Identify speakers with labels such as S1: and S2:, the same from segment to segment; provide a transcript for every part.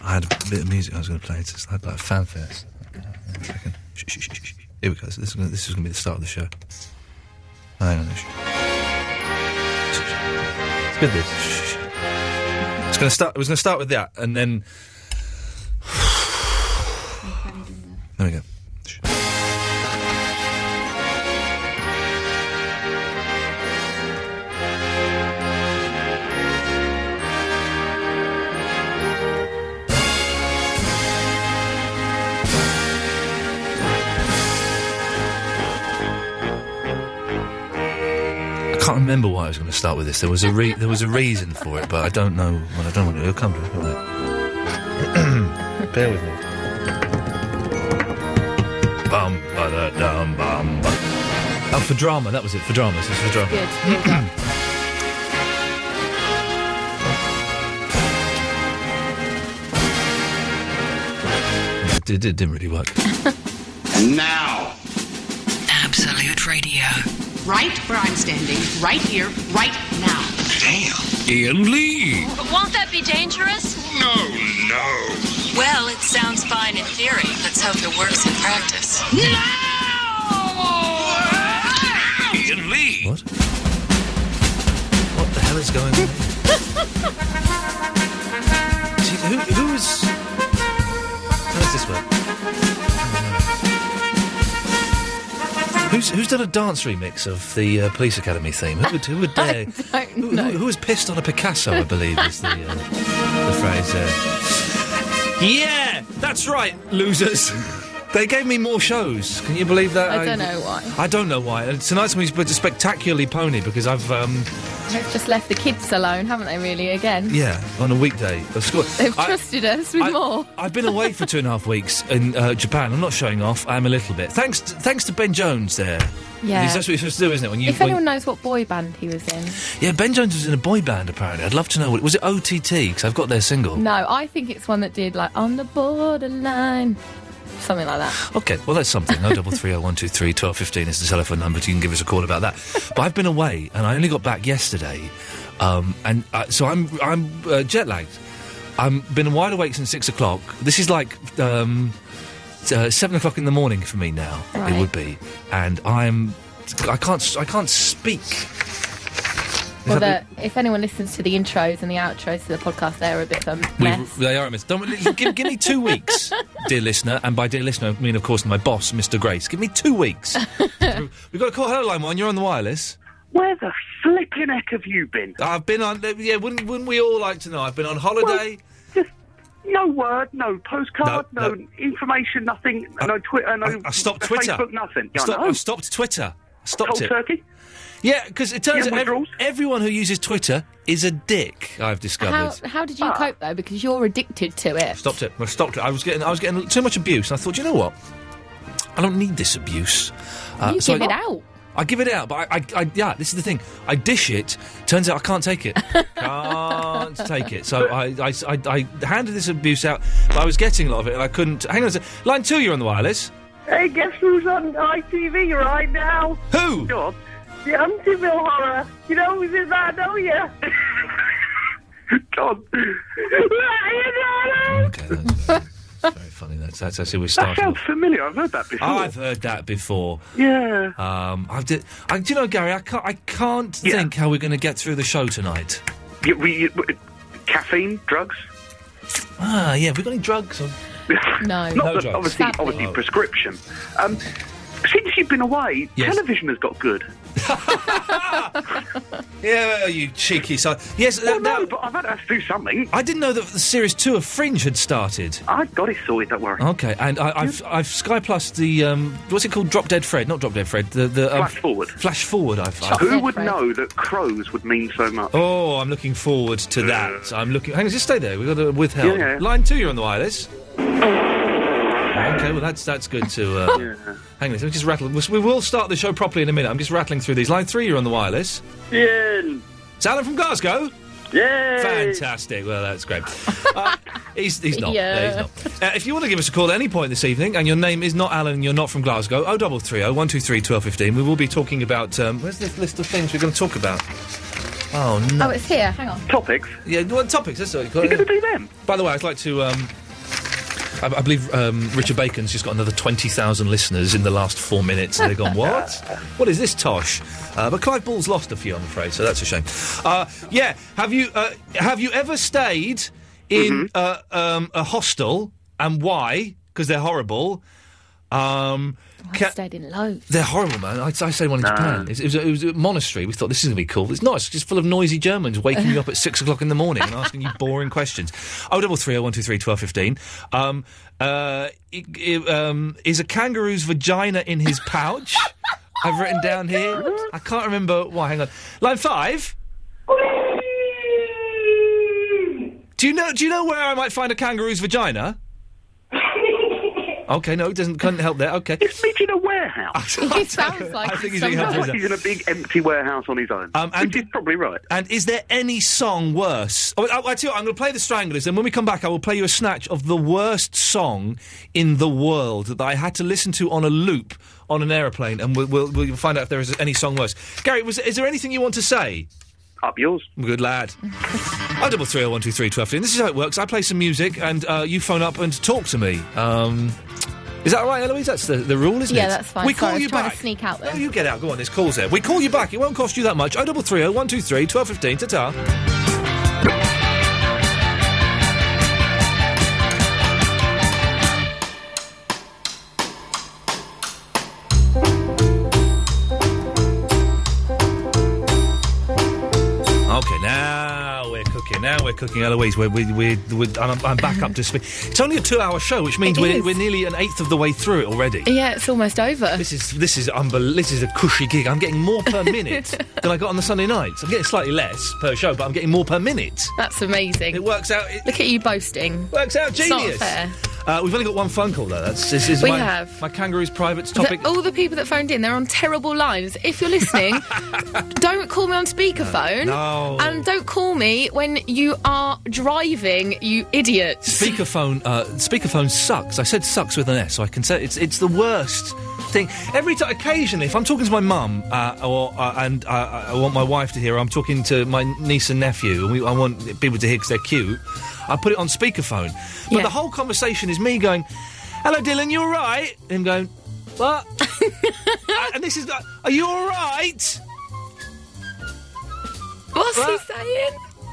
S1: had a bit of music I was going to play to slide like fanfares. Hang on a second. Shh, shh, shh, shh, shh. Here we go. So this is going to be the start of the show. Hang on. Shh. It's good. This. Shh, shh. It's going to start. It was going to start with that, and then there we go. I can't remember why I was going to start with this. There was a re- there was a reason for it, but I don't know. Well, I don't want to. It'll come to it. won't it? Bear with me. Bum ba da dum bum. ba. Oh, for drama. That was it. For drama. This is for drama.
S2: Good. Well
S1: It, did- it didn't really work.
S2: done. now.
S3: Absolute Radio.
S4: Right where I'm standing, right here, right now.
S5: Ian Lee.
S3: But won't that be dangerous?
S5: No, no.
S3: Well, it sounds fine in theory. Let's hope it works in practice.
S5: Ian Lee.
S1: What? What the hell is going on? Gee, who, who is? How does this work? Who's, who's done a dance remix of the uh, Police Academy theme? Who would, who would dare? who, who, who was pissed on a Picasso? I believe is the, uh, the phrase. Uh. Yeah, that's right, losers. they gave me more shows. Can you believe that?
S2: I don't know why.
S1: I don't know why. And Tonight's going to be spectacularly pony because I've, um,
S2: They've just left the kids alone, haven't they? Really, again.
S1: yeah, on a weekday of school.
S2: They've
S1: I-
S2: trusted us with
S1: I-
S2: more.
S1: I've been away for two and a half weeks in uh, Japan. I'm not showing off. I am a little bit. Thanks, t- thanks to Ben Jones there.
S2: Yeah.
S1: Because that's what you're supposed to do, isn't it? When you,
S2: if
S1: when-
S2: anyone knows what boy band he was in,
S1: yeah, Ben Jones was in a boy band apparently. I'd love to know what was it. OTT because I've got their single.
S2: no, I think it's one that did like on the borderline, something like that.
S1: Okay, well that's something. Oh double three oh one two three twelve fifteen is the telephone number. So you can give us a call about that. but I've been away and I only got back yesterday, um, and uh, so I'm I'm uh, jet lagged. I've been wide awake since six o'clock. This is like um, uh, seven o'clock in the morning for me now. It
S2: Right.
S1: would be, and I'm I can't s- I can't speak. Is
S2: Well,
S1: that
S2: the, if anyone listens to the intros and the outros to the podcast, they're a bit of a
S1: We,
S2: mess.
S1: they are a mess. Don't, give, give me two weeks, dear listener. And by dear listener, I mean, of course, my boss, Mr. Grace. Give me two weeks. We've got a call. Hello, Line 1. You're on the wireless.
S6: Where the flipping heck have you been?
S1: I've been on. Yeah, wouldn't, wouldn't we all like to know? I've been on holiday.
S6: No word, no postcard,
S1: No,
S6: no,
S1: no.
S6: information, nothing, no Twitter, no.
S1: I stopped
S6: no
S1: Twitter.
S6: Facebook, nothing.
S1: I
S6: Yeah,
S1: stopped,
S6: no.
S1: I stopped Twitter. I stopped
S6: Cold
S1: it.
S6: turkey?
S1: Yeah, because it turns
S6: Yeah,
S1: out ev- everyone who uses Twitter is a dick. I've
S2: How,
S1: discovered.
S2: how did you cope though? Because you're addicted to it.
S1: Stopped it. I stopped it. I was getting. I was getting too much abuse. And I thought, you know what? I don't need this abuse. Uh,
S2: you
S1: so
S2: give
S1: I-
S2: it out.
S1: I give it out, but I, I, I, yeah, this is the thing. I dish it. Turns out I can't take it. can't take it. So I, I, I, I handed this abuse out, but I was getting a lot of it, and I couldn't. Hang on a second. Line two, you're on the wireless.
S7: Hey, guess who's on ITV right now?
S1: Who?
S7: The Amityville Horror. You know who's in that, don't you?
S6: Oh, God.
S1: Funny, that's, that's actually we're
S6: That
S1: starting.
S6: sounds familiar. I've heard that before.
S1: I've heard that before.
S6: Yeah.
S1: Um, I've did, I, do you know, Gary? I can't. I can't think how we're going to get through the show tonight.
S6: You, we, you, w- caffeine, drugs?
S1: Ah, yeah. Have we got any drugs? Or...
S2: No.
S6: Not that- obviously, obviously prescription. Um, since you've been away,
S1: Yes.
S6: television has got good.
S1: Yeah, you cheeky son. Yes,
S6: Well, no, but I've had to do something. Ah.
S1: I didn't know that the series two of Fringe had started.
S6: I've got it sorted. Don't worry.
S1: Okay, and I, I've I've Sky Plus the um, what's it called? Drop Dead Fred, not Drop Dead Fred. The the um,
S6: Flash forward.
S1: Flash forward. I've. I've-
S6: Who would know that crows would mean so much?
S1: Oh, I'm looking forward to that. I'm looking. Hang on, just stay there. We've got a withheld.
S6: Yeah.
S1: Line two, you're on the wireless. Okay, well that's that's good to. Uh, Hang on, let me just rattle. we- We will start the show properly in a minute. I'm just rattling through these. Line three, you're on the wireless.
S8: Ian.
S1: It's Alan from Glasgow.
S8: Yay!
S1: Fantastic. Well, that's great. Uh, he's, he's not.
S8: Yeah.
S1: No, he's not. Uh, if you want to give us a call at any point this evening, and your name is not Alan, and you're not from Glasgow, oh, 0330 123 1215. We will be talking about. Um, where's this list of things we're going to talk about? Oh no.
S2: Oh, it's here. Hang on.
S6: Topics.
S1: Yeah, well, topics. That's what you call it. You're going
S6: to do them.
S1: By the way, I'd like to um, I, I believe um, Richard Bacon's just got another 20,000 listeners in the last four minutes. And they've gone, what? what is this tosh? Uh, but Clive Ball's lost a few, I'm afraid, so that's a shame. Uh, yeah, have you, uh, have you ever stayed
S6: Mm-hmm.
S1: in uh, um, a hostel and why? Because they're horrible. Um, ca-
S2: I stayed in loads.
S1: they're horrible, man. I, I stayed one in Japan. It, was, a- it was a monastery. We thought this is going to be cool. It's not. It's just full of noisy Germans waking you up at six o'clock in the morning and asking you boring questions. Oh, double three, oh, one, two, three, twelve, fifteen. Um, uh, i- i- um, is a kangaroo's vagina in his pouch? I've written down here. I can't remember why. Hang on. Line five. Do you know? Do you know where I might find a kangaroo's vagina? Okay, no, it doesn't. Couldn't help there. Okay.
S6: It's meat in a warehouse.
S2: He sounds like
S1: I think he's
S2: he's
S1: being
S2: somewhere.
S1: helpful.
S6: He's in a big empty warehouse on his own.
S1: Um, and-
S6: which is probably right.
S1: And is there any song worse? Oh, I, I tell you what, I'm going to play the Stranglers, and when we come back, I will play you a snatch of the worst song in the world that I had to listen to on a loop on an aeroplane, and we'll, we'll, we'll find out if there is any song worse. Gary, was, is there anything you want to say?
S6: Up yours.
S1: Good lad. I double three oh one two three twelve. fifteen. This is how it works. I play some music, and uh, you phone up and talk to me. Um, is that all right, Eloise? That's the, the rule, isn't it?
S2: Yeah, that's fine.
S1: We
S2: Sorry,
S1: call
S2: I was
S1: you
S2: trying to
S1: back.
S2: sneak out
S1: No,
S2: there.
S1: you get out. Go on. There's calls there. We call you back. It won't cost you that much. Oh double three oh one two three twelve fifteen. Ta ta. Okay, now we're cooking. Now we're cooking, Eloise. We're, we're, we're, we're, I'm, I'm back up to speed. It's only a two-hour show, which means
S2: It
S1: we're,
S2: is.
S1: we're nearly an eighth of the way through it already.
S2: Yeah, it's almost over.
S1: This is this is unbel- This is a cushy gig. I'm getting more per minute than I got on the Sunday nights. I'm getting slightly less per show, but I'm getting more per minute.
S2: That's
S1: It
S2: amazing.
S1: works out. It
S2: Look at you boasting.
S1: works out
S2: not
S1: genius.
S2: fair.
S1: Uh, we've only got one phone call though. That's this is
S2: We
S1: my,
S2: have.
S1: my kangaroo's privates
S2: The-
S1: topic.
S2: all the people that phoned in, they're on terrible lines. If you're listening, don't call me on speakerphone.
S1: No.
S2: And don't call me when you are driving, you idiots.
S1: Speakerphone, uh, speakerphone sucks. I said sucks with an S, so I can say it's it's the worst thing. Every time, occasionally, if I'm talking to my mum uh, or uh, and uh, I I want my wife to hear, or I'm talking to my niece and nephew, and we, I want people to hear because they're cute. I put it on speakerphone, but
S2: Yeah.
S1: the whole conversation is me going, "Hello, Dylan, you all right?" And him going, "What?" Uh, and this is, like, "Are you all right?
S2: What's he
S1: Well-
S2: saying?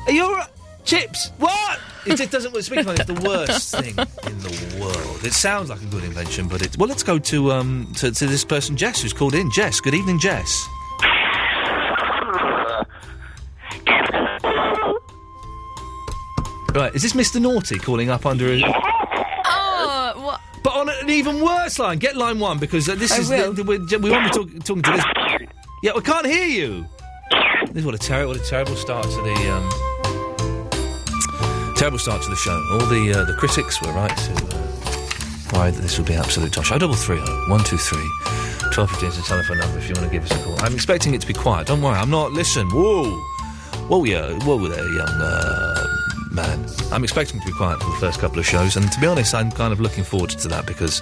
S1: Are you all right? Chips? What?" It just doesn't work. Speakerphone is the worst thing in the world. It sounds like a good invention, but it's. Well, let's go to um to, to this person, Jess, who's called in. Jess, good evening, Jess. Right, is this Mr. Naughty calling up under a.
S2: Oh, what?
S1: But on an even worse line, get line one because uh, this
S2: I
S1: is. the-
S2: will.
S1: the- we're, we want to be talk, talking to this. Yeah, we can't hear you. This what a terrible, what a terrible start to the um, terrible start to the show. All the uh, the critics were right to uh, worry that this would be absolute tosh. I double three oh one two three. 1215 is the telephone number if you want to give us a call. I'm expecting it to be quiet. Don't worry, I'm not. Listen, whoa. Whoa, yeah, whoa there, young uh, man. I'm expecting to be quiet for the first couple of shows, and to be honest, I'm kind of looking forward to that because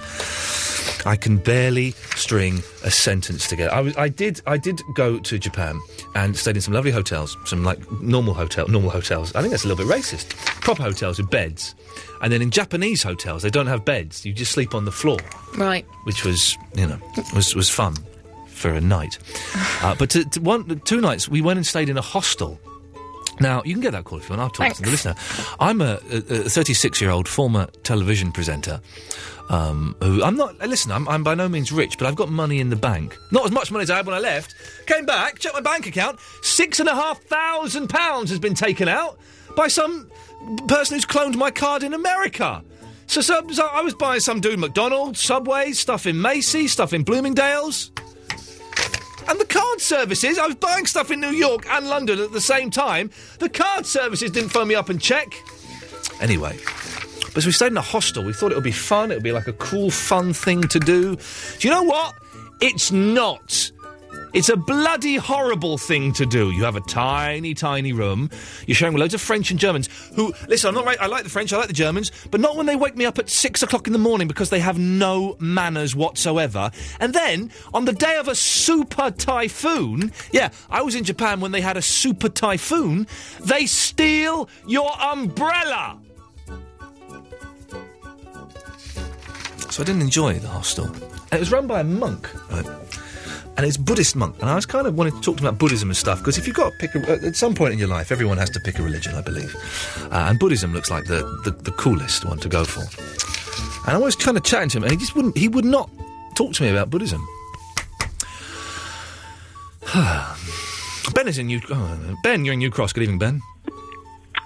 S1: I can barely string a sentence together. I, was, I did. I did go to Japan and stayed in some lovely hotels, some like normal hotel, normal hotels. I think that's a little bit racist. Proper hotels with beds, and then in Japanese hotels they don't have beds. You just sleep on the floor,
S2: Right.
S1: which was you know was was fun for a night. Uh, but to, to one two nights we went and stayed in a hostel. Now, you can get that call if you want. I'll talk to the
S2: Thanks.
S1: listener. I'm a 36 year old former television presenter. Um, who I'm not, uh, listen, I'm, I'm by no means rich, but I've got money in the bank. Not as much money as I had when I left. Came back, checked my bank account. Six and a half thousand pounds has been taken out by some person who's cloned my card in America. So, so, so I was buying some dude McDonald's, Subway, stuff in Macy's, stuff in Bloomingdale's. And the card services, I was buying stuff in New York and London at the same time. The card services didn't phone me up and check. Anyway. But so we stayed in a hostel. We thought it would be fun. It would be like a cool, fun thing to do. Do you know what? It's not. It's a bloody horrible thing to do. You have a tiny, tiny room. You're sharing with loads of French and Germans who, listen, I'm not right. I like the French, I like the Germans, but not when they wake me up at six o'clock in the morning because they have no manners whatsoever. And then on the day of a super typhoon, yeah, I was in Japan when they had a super typhoon, they steal your umbrella. So I didn't enjoy the hostel. And it was run by a monk, right? And it's Buddhist monk. And I was kind of wanted to talk to him about Buddhism and stuff because if you've got to pick a, at some point in your life, everyone has to pick a religion, I believe. Uh, and Buddhism looks like the, the, the coolest one to go for. And I was kind of chatting to him, and he just wouldn't. He would not talk to me about Buddhism. ben is in New. Oh, ben, you're in New Cross. Good evening, Ben.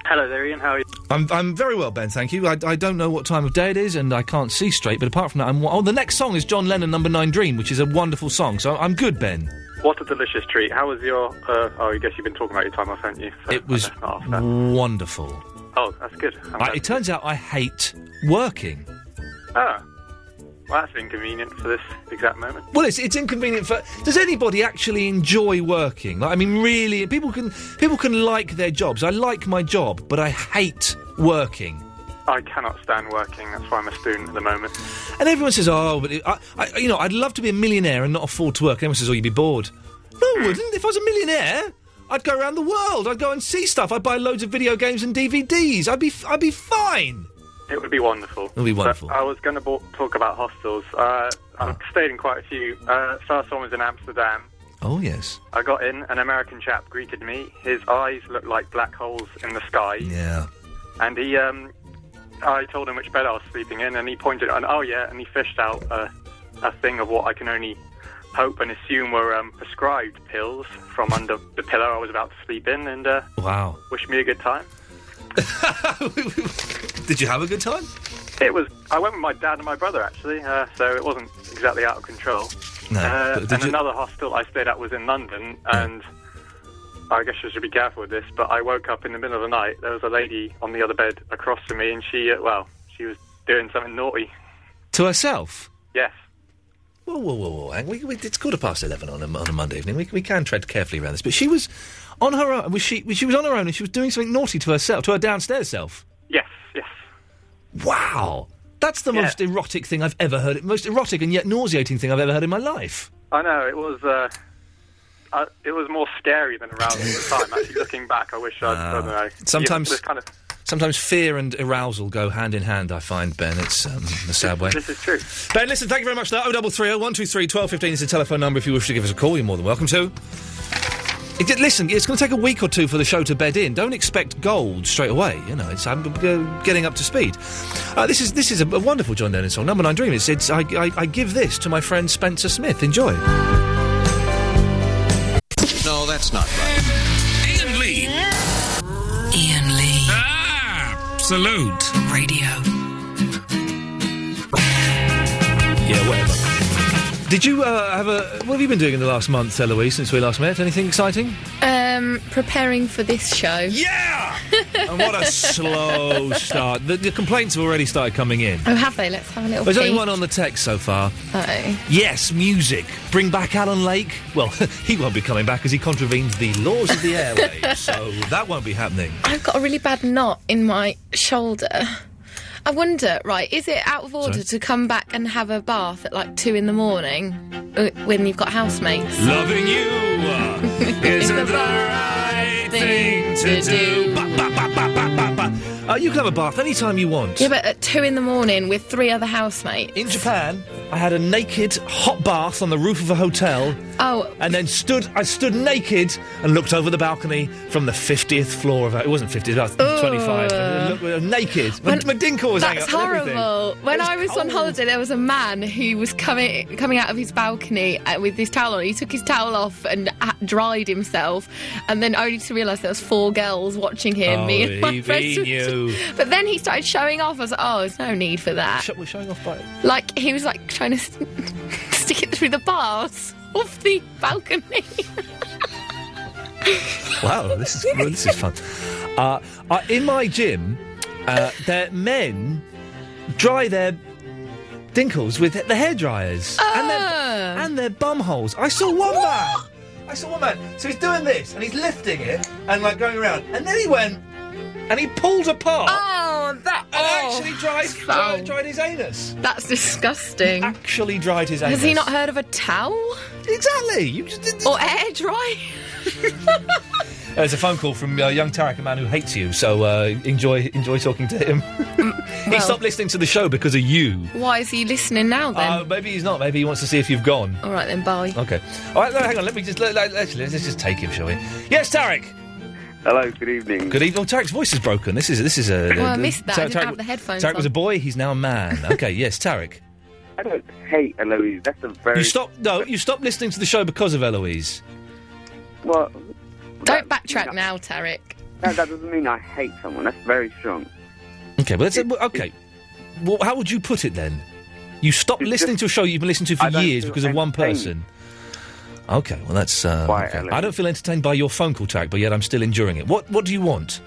S8: Hello there, Ian. How are you?
S1: I'm, I'm very well, Ben, thank you. I, I don't know what time of day it is, and I can't see straight, but apart from that, I'm. wa- Oh, the next song is John Lennon, Number Nine Dream, which is a wonderful song, so I'm good, Ben.
S8: What a delicious treat. How was your? Uh, oh, I guess you've been talking about your time off, haven't you? So
S1: It was
S8: that's not off that.
S1: wonderful.
S8: Oh, that's good. I'm
S1: I, it turns out I hate working.
S8: glad- Ah, well, that's inconvenient for this exact moment.
S1: Well, it's, it's inconvenient for. Does anybody actually enjoy working? Like, I mean, really, people can people can like their jobs. I like my job, but I hate working.
S8: I cannot stand working. That's why I'm a student at the moment.
S1: And everyone says, "Oh, but it, I, I, you know, I'd love to be a millionaire and not afford to work." And everyone says, "Oh, you'd be bored." No, I wouldn't. If I was a millionaire, I'd go around the world. I'd go and see stuff. I'd buy loads of video games and DVDs. I'd be, f- I'd be fine.
S8: It would be wonderful. It
S1: would be wonderful.
S8: I was going to bo- talk about hostels. Uh, I've stayed in quite a few. Uh, first one was in Amsterdam.
S1: Oh yes.
S8: I got in. An American chap greeted me. His eyes looked like black holes in the sky.
S1: Yeah.
S8: And he, um, I told him which bed I was sleeping in, and he pointed, and oh yeah, and he fished out a, a thing of what I can only hope and assume were um, prescribed pills from under the pillow I was about to sleep in, and uh,
S1: Wow.
S8: wished me a good time.
S1: Did you have a good time?
S8: It was. I went with my dad and my brother actually, uh, so it wasn't exactly out of control.
S1: No,
S8: Uh,
S1: but did
S8: and
S1: you-
S8: another hostel I stayed at was in London, and I guess I should be careful with this, but I woke up in the middle of the night. There was a lady on the other bed across from me, and she, uh, well, she was doing something naughty.
S1: To herself.
S8: Yes.
S1: Whoa, whoa, whoa, whoa! Hang. We, we, it's quarter past eleven on a, on a Monday evening. We, we can tread carefully around this, but she was on her own. Was she? She was on her own, and she was doing something naughty to herself, to her downstairs self.
S8: Yes, yes.
S1: Wow. That's the
S8: Yeah.
S1: most erotic thing I've ever heard. Most erotic and yet nauseating thing I've ever heard in my life.
S8: I know it was. Uh, uh, it was more scary than arousing at the time. Actually, looking back, I wish I'd, I don't know.
S1: Sometimes-
S8: this kind of
S1: Sometimes fear and arousal go hand in hand. I find Ben, it's um, a sad way.
S8: this is true.
S1: Ben, listen, thank you very much. for that. 0330 123 1215 is the telephone number. If you wish to give us a call, you're more than welcome to. It, it- listen, it's going to take a week or two for the show to bed in. Don't expect gold straight away. You know, it's I'm uh, getting up to speed. Uh, this is this is a, a wonderful John Lennon song, Number Nine Dream. It's, it's I, I, I give this to my friend Spencer Smith. Enjoy.
S9: No, that's not right.
S5: Ian Lee.
S3: Ian Lee.
S5: Ah, salute.
S3: Radio.
S1: Yeah, whatever. Did you uh, have a? What have you been doing in the last month, Eloise, since we last met? Anything exciting?
S2: Um, preparing for this show.
S1: Yeah. and what a slow start. The, the complaints have already started coming in.
S2: Oh, have they? Let's have a little.
S1: There's only
S2: peek.
S1: one on the text so far.
S2: Oh.
S1: Yes, music. Bring back Alan Lake. Well, he won't be coming back as he contravenes the laws of the airwaves, so that won't be happening.
S2: I've got a really bad knot in my shoulder. I wonder, right, is it out of order
S1: Sorry?
S2: to come back and have a bath at like two in the morning uh, when you've got housemates?
S1: Loving you uh, isn't the right thing to do. Ba, ba, ba, ba, ba, ba, ba. Uh, you can have a bath anytime you want.
S2: Yeah, but at two in the morning with three other housemates.
S1: In Japan, I had a naked hot bath on the roof of a hotel,
S2: Oh,
S1: and then stood. I stood naked and looked over the balcony from the fiftieth floor of. It wasn't fifty; it was twenty-five. And look- uh, naked. My- my dinkle was hanging
S2: that's
S1: up and everything.
S2: horrible. When
S1: It was
S2: I was on
S1: cold.
S2: holiday, there was a man who was coming coming out of his balcony uh, with his towel on. He took his towel off and uh, dried himself, and then only to realise there was four girls watching him.
S1: Oh,
S2: me and my
S1: he-
S2: friends
S1: he
S2: were
S1: knew.
S2: just- But then he started showing off. I was like, oh, there's no need for that.
S1: Sh- we're showing off by.
S2: Like he was like trying to st- stick it through the bars off the balcony.
S1: Wow, this is well, this is fun. Uh, uh, in my gym, uh, their men dry their dinkles with the hair dryers and
S2: Oh.
S1: their and their bum holes. I saw one man. I saw one man. So he's doing this and he's lifting it and like going around, and then he went and he pulled apart
S2: oh, that
S1: and actually dried,
S2: foul.
S1: dried dried his anus.
S2: that's disgusting.
S1: Actually dried his anus.
S2: Has he not heard of a towel
S1: Exactly. You just did.
S2: or air dry?
S1: There's a phone call from uh, young Tarek, a man who hates you. So uh, enjoy enjoy talking to him. he
S2: well-
S1: stopped listening to the show because of you.
S2: Why is he listening now then?
S1: Uh, maybe he's not. Maybe he wants to see if you've gone.
S2: All right then, bye.
S1: Okay. All right. no, Hang on. Let me just let, let, let's, let's just take him, shall we? Yes, Tarek.
S10: Hello. Good evening.
S1: Good evening. Oh, Tarek's voice is broken. This is this is a.
S2: Well, I
S1: a-
S2: missed that. I didn't have the headphones
S1: Tarek was
S2: on.
S1: a boy. He's now a man. Okay. yes, Tarek.
S10: I don't hate Eloise. That's a very.
S1: You stopped. No, you stopped listening to the show because of Eloise.
S10: Well,
S2: Don't backtrack now, Tarek.
S10: no, that doesn't mean I hate someone. That's very strong.
S1: Okay. Well, that's okay. Well, how would you put it then? You stopped listening to a show you've been listening to for
S10: I don't
S1: years
S10: feel
S1: because of one
S10: entertained.
S1: person. Okay. Well, that's. Uh, okay. I don't feel entertained by your phone call, Tarek, but yet I'm still enduring it. What What do you want?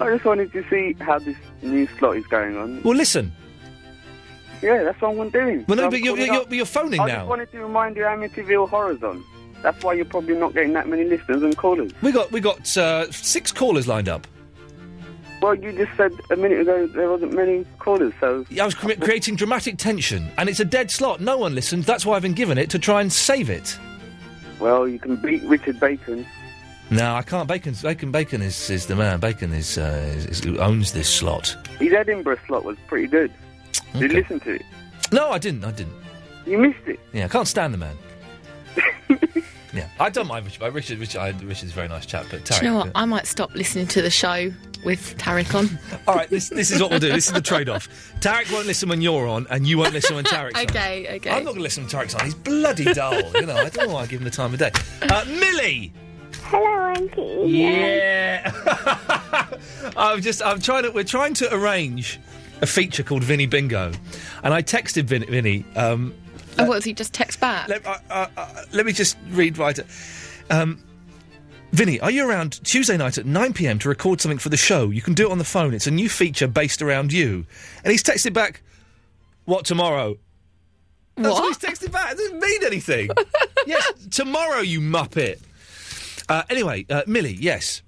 S10: I just wanted to see how this new slot is going on.
S1: Well, listen.
S10: Yeah, that's what I'm doing.
S1: Well, no,
S10: So I'm
S1: but you're-
S10: calling
S1: you're-
S10: up.
S1: you're phoning
S10: I
S1: now.
S10: just wanted to remind you Amityville Horror's on. That's why you're probably not getting that many listeners and callers.
S1: We got we got uh, six callers lined up.
S10: Well, you just said a minute ago there wasn't many callers, so
S1: I was cre- creating dramatic tension, and it's a dead slot. No one listens. That's why I've been given it to try and save it.
S10: well you can beat Richard Bacon.
S1: No, I can't. Bacon, bacon, bacon is, is the man. Bacon is, uh, is, is who owns this slot.
S10: His Edinburgh slot was pretty good. Did you listen to it?
S1: No, I didn't. I didn't.
S10: You missed it.
S1: Yeah, I can't stand the man. yeah, I don't mind Richard. Richard, Richard, I, Richard's a very nice chap, but
S2: Do
S1: Tarek.
S2: you know what?
S1: uh,
S2: I might stop listening to the show with Tarek on.
S1: All right, this this is what we'll do. This is the trade-off. Tarek won't listen when you're on, and you won't listen when Tarek's on.
S2: okay, okay.
S1: I'm not going to listen to Tarek's on. He's bloody dull. you know, I don't know why I give him the time of day. Uh, Millie.
S11: Hello, Auntie.
S1: Yeah. I'm just. I'm trying to. We're trying to arrange a feature called Vinny Bingo, and I texted Vin, Vinny. Um,
S2: And what does he just text back?
S1: let, I- I- I- let me just read right. Um, Vinny, are you around Tuesday night at 9 pm to record something for the show? You can do it on the phone. It's a new feature based around you. And he's texted back, What tomorrow? That's what he's texted back. It doesn't mean anything. yes, tomorrow, you muppet. Uh, anyway, uh, Millie, yes.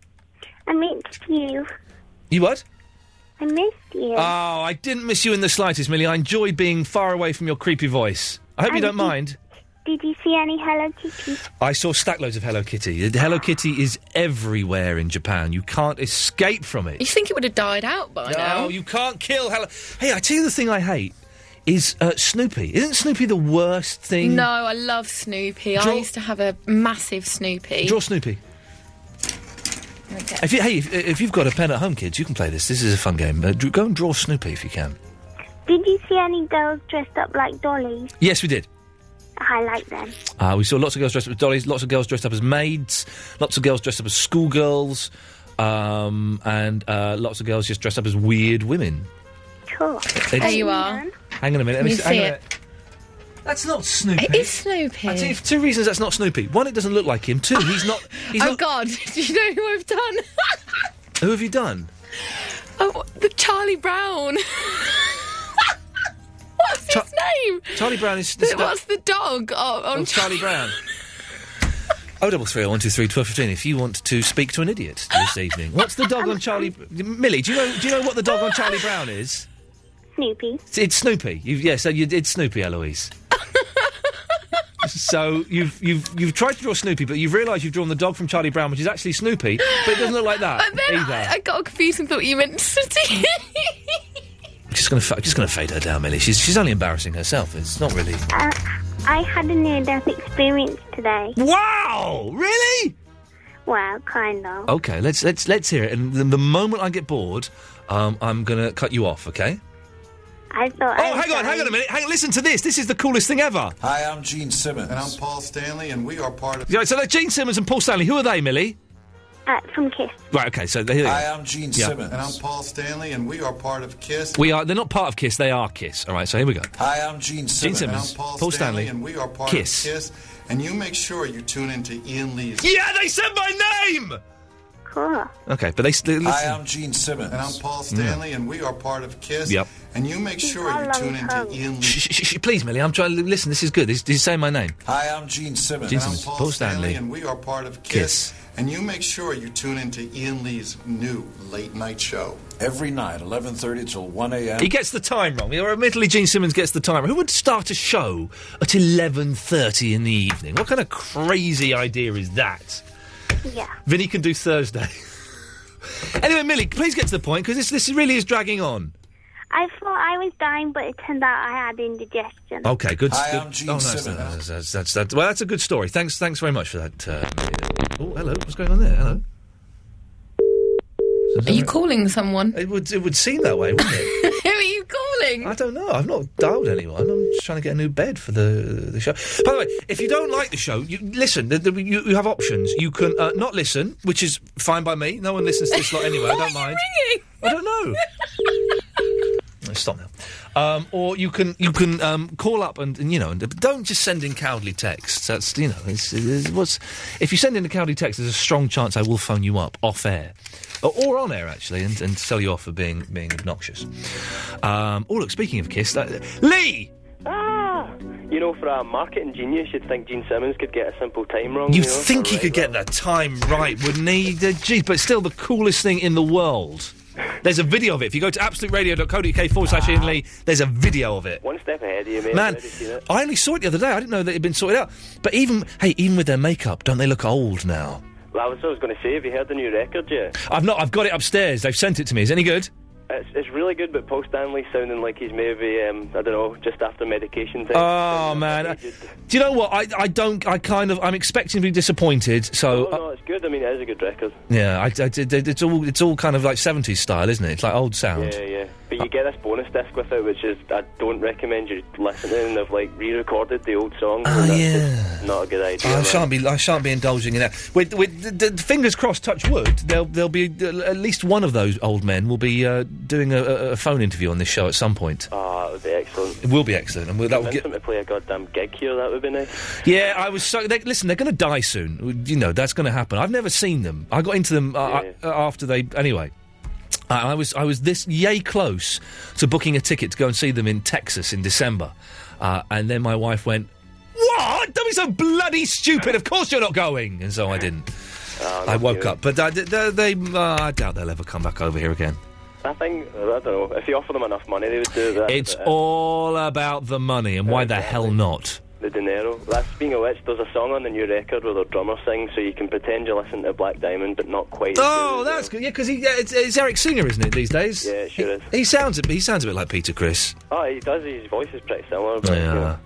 S11: I missed you.
S1: You what?
S11: I missed you.
S1: Oh, I didn't miss you in the slightest, Millie. I enjoy being far away from your creepy voice. I hope you
S11: And
S1: don't
S11: you-
S1: mind.
S11: Did you see any Hello Kitty?
S1: I saw stack loads of Hello Kitty. The Hello Kitty is everywhere in Japan. You can't escape from
S2: You
S1: it.
S2: think it would have died out by now?
S1: No, you can't kill Hello. Hey, I tell you the thing I hate is uh, Snoopy. Isn't Snoopy the worst thing?
S2: No, I love Snoopy.
S1: Draw-
S2: I used to have a massive Snoopy.
S1: Draw Snoopy.
S2: Okay.
S1: If you, hey, if, if you've got a pen at home, kids, you can play this. This is a fun game. Uh, dr- go and draw Snoopy if you can.
S11: Did you see any girls dressed up like dollies?
S1: Yes, we did.
S11: I like them.
S1: Uh, we saw lots of girls dressed up as dollies, lots of girls dressed up as maids, lots of girls dressed up as schoolgirls, um, and uh, lots of girls just dressed up as weird women.
S11: Cool.
S1: It's-
S2: There you are.
S1: Hang on a minute. Let me
S2: You
S1: see, hang
S2: see
S1: on a
S2: it.
S1: minute. That's not Snoopy.
S2: It is Snoopy.
S1: I tell you, for two reasons that's not Snoopy. One, it doesn't look like him. Two, he's not. He's
S2: oh
S1: not
S2: God! Do you know who I've done?
S1: who have you done?
S2: oh, the Charlie Brown. What's his name?
S1: Charlie Brown is. is
S2: What's the dog on, on
S1: Oh, Charlie Brown. O Oh, double three one two three twelve fifteen. If you want to speak to an idiot this evening, what's the dog on Charlie? Millie, do you know? Do you know what the dog on Charlie Brown is?
S11: Snoopy.
S1: It's, it's Snoopy. You've, yeah, so you did Snoopy, Eloise. so you've you've you've tried to draw Snoopy, but you've realised you've drawn the dog from Charlie Brown, which is actually Snoopy, but it doesn't look like that
S2: And then
S1: either.
S2: I, I got confused and thought you meant Sooty.
S1: I'm just gonna fa- just gonna fade her down, Millie. She's she's only embarrassing herself. It's not really.
S11: Uh, I had a near-death experience today.
S1: Wow! Really?
S11: Well, kind of.
S1: Okay, let's let's let's hear it. And the, the moment I get bored, um, I'm gonna cut you off. Okay.
S11: I thought.
S1: Oh, hang on, hang on a minute. Hang on, listen to this. This is the coolest thing ever.
S12: Hi, I'm Gene Simmons. And I'm Paul Stanley, and we are part of.
S1: Yeah, so they're Gene Simmons and Paul Stanley. Who are they, Millie?
S11: Uh, from Kiss.
S1: Right. Okay. So they. here they
S12: Hi,
S1: are.
S12: I'm Gene
S1: Yeah.
S12: Simmons. And I'm Paul Stanley, and we are part of KISS.
S1: We are. They're not part of Kiss. They are Kiss. All right. So here we go.
S12: Hi, I'm Gene Simmons. And I'm
S1: Simmons,
S12: Paul,
S1: Paul
S12: Stanley,
S1: Stanley,
S12: and we are part
S1: Kiss.
S12: of KISS. And you make sure you tune into Ian Lee's.
S1: Yeah, they said my name.
S11: Cool.
S1: Okay, but they. s- they
S12: Hi,
S1: listen. Mm.
S12: I'm Gene Simmons. And I'm Paul Stanley, and we are part of KISS.
S1: Yep.
S12: And you make sure you tune into Ian Lee's.
S1: Shh, shh, shh, please, Millie. I'm trying. to Listen, this is good. This, this is saying my name.
S12: Hi, I'm Gene Simmons.
S1: Gene
S12: and I'm
S1: Simmons, Paul Stanley,
S12: and we are part of
S1: Kiss.
S12: KISS. And you make sure you tune into Ian Lee's new late night show. Every night, 11.30 till 1 a.m.
S1: He gets the time wrong. Or admittedly, Gene Simmons gets the time. wrong. Who would start a show at eleven thirty in the evening? What kind of crazy idea is that?
S11: Yeah.
S1: Vinny can do Thursday. anyway, Millie, please get to the point because this this really is dragging on.
S11: I thought I was dying, but it turned out I had indigestion.
S1: Okay, good.
S11: Hi,
S1: good
S11: I'm Gene
S1: oh, no, that's,
S11: Simmons.
S1: that's, that's, that's, that's- well, that's a good story. Thanks, thanks very much for that. Uh, oh, hello. What's going on there? Hello.
S2: Are you calling someone?
S1: It would it would seem that way, wouldn't it?
S2: Who are you calling?
S1: I don't know. I've not dialed anyone. I'm just trying to get a new bed for the the show. By the way, if you don't like the show, you listen. The, the, you, you have options. You can uh, not listen, which is fine by me. No one listens to this lot anyway. I
S2: Why
S1: don't
S2: are you
S1: mind.
S2: ringing?
S1: I don't know. Stop now. Um, or you can you can um, call up and, and you know and don't just send in cowardly texts. That's you know it's, it's, what's if you send in a cowardly text, there's a strong chance I will phone you up off air or, or on air actually and, and sell you off for being being obnoxious. Um, oh look, speaking of Kiss, that, Lee.
S13: Ah, you know, for a marketing genius, you'd think Gene Simmons could get a simple time wrong.
S1: You
S13: know,
S1: think
S13: for
S1: he
S13: right
S1: could get that time right, wouldn't he? The- Gee, but still the coolest thing in the world. There's a video of it. If you go to absoluteradio.co.uk forward slash Ian Lee, there's a video of it.
S13: One step ahead of you, mate.
S1: Man,
S13: I've already seen it.
S1: I only saw it the other day. I didn't know that it had been sorted out. But even, hey, even with their makeup, don't they look old now?
S13: Well, that's what I was going to say. Have you heard the new record yet?
S1: I've not. I've got it upstairs. They've sent it to me. Is it any good?
S13: It's, it's really good, but Paul Stanley sounding like he's maybe, um, I don't know, just after medication type.
S1: Oh man! I- do you know what? I, I don't. I kind of. I'm expecting to be disappointed. So
S13: Oh, no, no, it's good. I mean, it is a good record.
S1: uh, yeah, I, I did- it's all it's all kind of like 70s style, isn't it? It's like old sound.
S13: Yeah, yeah. But you get this bonus disc with it, which is I don't recommend you listening. They've like re-recorded the old song.
S1: Oh, yeah.
S13: Not a good idea.
S1: Oh, I
S13: man.
S1: shan't be. I shan't be indulging in that. With, with the, the- fingers crossed, touch wood. There'll there'll be uh, at least one of those old men will be uh, doing a, a a phone interview on this show at some point.
S13: Ah, it would be excellent.
S1: It will be excellent, and we'll, that will
S13: Convince
S1: get.
S13: them to play a goddamn gig here. That would be nice.
S1: Yeah, I was so. They, listen, they're going to die soon. You know that's going to happen. I've never seen them. I got into them uh, uh, after they. Anyway, I, I was I was this yay close to booking a ticket to go and see them in Texas in December, uh, and then my wife went, "What? Don't be so bloody stupid! Of course you're not going." And so I didn't. I woke up, but I, d- they, they, uh, I doubt they'll ever come back over here again.
S13: I think I don't know. If you offer them enough money, they would do that.
S1: It's
S13: But, uh,
S1: all about the money, and why the hell not?
S13: The dinero. That's being a witch. There's a song on the new record where the drummer sings, so you can pretend you listen to Black Diamond, but not quite.
S1: Oh, that's good. Yeah, because he yeah, it's, it's Eric Singer, isn't it? These days. Yeah,
S13: it sure
S1: he,
S13: is.
S1: He sounds a, he sounds a bit like Peter Chris.
S13: Oh, he does. His voice is pretty similar. But, you know,
S1: Yeah.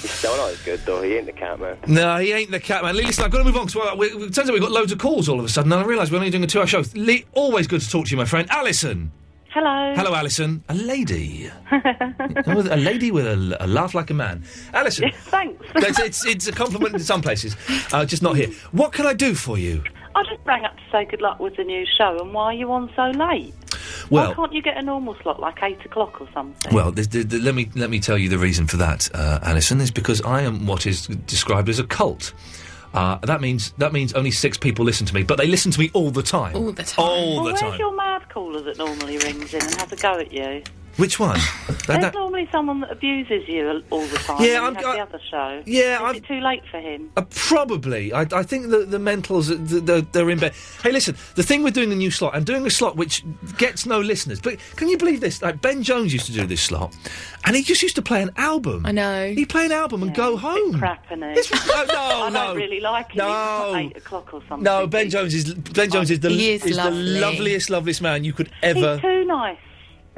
S13: he's still not as good though. He ain't the cat man.
S1: No, he ain't the cat man. Lee, Listen, I've got to move on because we, we, it turns out we've got loads of calls all of a sudden, and I realise we're only doing a two-hour show. Lee, always good to talk to you, my friend. Alison.
S14: Hello.
S1: Hello, Alison. A lady. With- a lady with a, a laugh like a man. Alison.
S14: Thanks.
S1: That's, it's, it's a compliment in some places, uh, just not here. What can I do for you?
S14: I just rang up to say good luck with the new show and why are you on so late?
S1: Well,
S14: why can't you get a normal slot like eight o'clock or something?
S1: Well, th th th let me let me tell you the reason for that, uh, Alison, is because I am what is described as a cult. Uh, that means that means only six people listen to me, but they listen to me all the time. All the time. All
S14: well,
S1: the
S14: where's
S1: time.
S14: your mad caller that normally rings in and has a go at you?
S1: Which one? That-
S14: There's
S1: that-
S14: normally someone that abuses you al- all the time.
S1: Yeah,
S14: when
S1: I'm-
S14: you have
S1: I-
S14: the other show.
S1: yeah,
S14: is
S1: I'm-
S14: it too late for him?
S1: Uh, probably. I, I think the, the mentals, uh, th they're, they're in bed. Hey, listen, the thing with doing a new slot, and doing a slot which gets no listeners, but can you believe this? Like, Ben Jones used to do this slot, and he just used to play an album. I know. He'd play an album and go home.
S14: Crap, and it.
S1: It's- no, no,
S14: I
S1: no.
S14: don't really like it.
S1: No.
S14: eight o'clock or something. Oh,
S1: No, Ben Jones is Ben Jones is the
S14: He is
S1: the
S14: lovely.
S1: loveliest, loveliest man you could ever.
S14: He's too nice.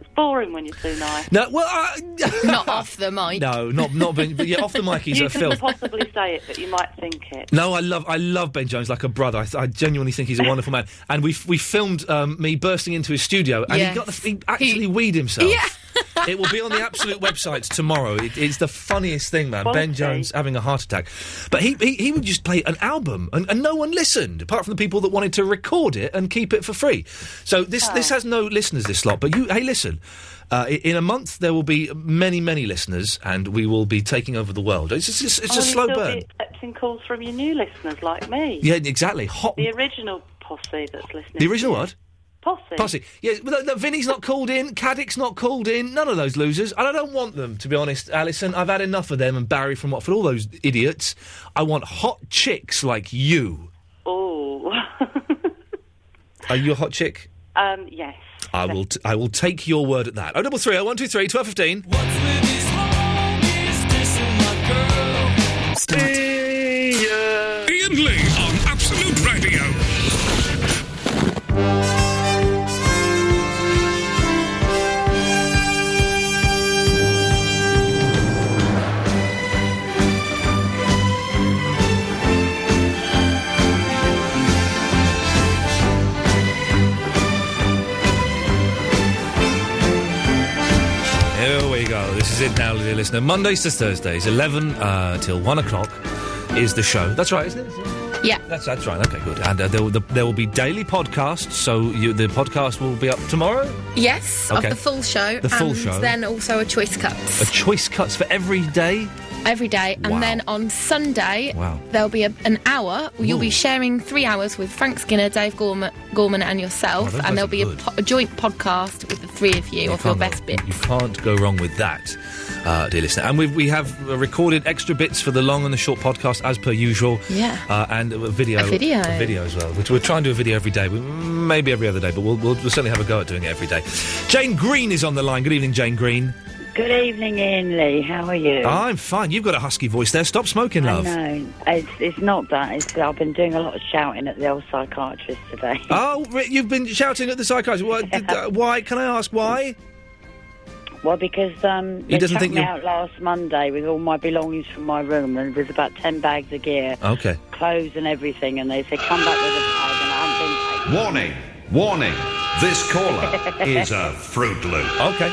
S14: It's boring when you're too nice.
S1: No, well, I,
S2: Not off the mic.
S1: no, not not Ben. But yeah, off the mic, he's
S14: you
S1: a
S14: couldn't
S1: filth.
S14: possibly say it, but you might think it.
S1: No, I love I love Ben Jones like a brother. I, th- I genuinely think he's a wonderful man. And we f- we filmed um, me bursting into his studio, and he
S2: Yes.
S1: got the, f- he actually weed himself. it will be on the absolute websites tomorrow. It, it's the funniest thing, man. Ben
S2: Quality.
S1: Jones having a heart attack, but he he, he would just play an album, and, and no one listened apart from the people that wanted to record it and keep it for free. So this
S14: Oh.
S1: this has no listeners this slot. But you hey listen. Uh, i- in a month, there will be many, many listeners, and we will be taking over the world. It's, just- it's, it's
S14: Oh,
S1: a
S14: you'll
S1: slow
S14: still
S1: burn.
S14: Be accepting calls from your new listeners like me.
S1: Yeah, exactly. Hot.
S14: The original posse that's listening.
S1: The original what?
S14: posse.
S1: Posse. Yes, but no, no, Vinny's not called in. Caddick's not called in. None of those losers. And I don't want them, to be honest, Alison. I've had enough of them and Barry from Watford, all those idiots. I want hot chicks like you.
S14: Oh,
S1: Are you a hot chick?
S14: um, yes.
S1: I will. T- I will take your word at that. Oh, double three, oh, one, two, three, twelve, fifteen.
S5: Ian Lee on Absolute Radio.
S1: is it now, dear listener. Mondays to Thursdays, 11 uh, till 1 o'clock is the show. That's right, isn't it?
S2: Yeah.
S1: That's, that's right. Okay, good. And uh, there, will, there will be daily podcasts, so you, the podcast will be up tomorrow?
S2: Yes,
S1: Okay.
S2: of the full show.
S1: The full
S2: and
S1: show.
S2: Then also a choice cuts
S1: A choice cuts for every day?
S2: every day, and
S1: Wow.
S2: then on Sunday
S1: Wow.
S2: there'll be a, an hour. where You'll
S1: Ooh.
S2: be sharing three hours with Frank Skinner, Dave Gorman, Gorman and
S1: Oh,
S2: yourself,
S1: those guys
S2: and there'll
S1: are
S2: be a,
S1: good.
S2: po- a joint podcast with the three of you, of your
S1: can't
S2: best
S1: go-
S2: bit.
S1: You can't go wrong with that, uh, dear listener. And we've, we have uh, recorded extra bits for the long and the short podcast, as per usual.
S2: Yeah.
S1: Uh, and a video.
S2: A video.
S1: A video as well. Which we'll try and do a video every day. We- Maybe every other day, but we'll, we'll, we'll certainly have a go at doing it every day. Jane Green is on the line. Good evening, Jane Green.
S15: Good evening, Ian Lee. How are you?
S1: I'm fine. You've got a husky voice there. Stop smoking,
S15: I
S1: Ah, love.
S15: know. It's, it's not that. It's, I've been doing a lot of shouting at the old psychiatrist today.
S1: Oh, re- you've been shouting at the psychiatrist. Why? did- uh, why? Can I ask why?
S15: Well, because um,
S1: He
S15: they
S1: doesn't
S15: chucked
S1: think
S15: me
S1: you're-
S15: out last Monday with all my belongings from my room, and there was about ten bags of gear,
S1: Okay.
S15: clothes, and everything. And they said, "Come back with a bag." And I haven't been.
S16: Warning, warning. This caller is a fruit loop.
S1: Okay,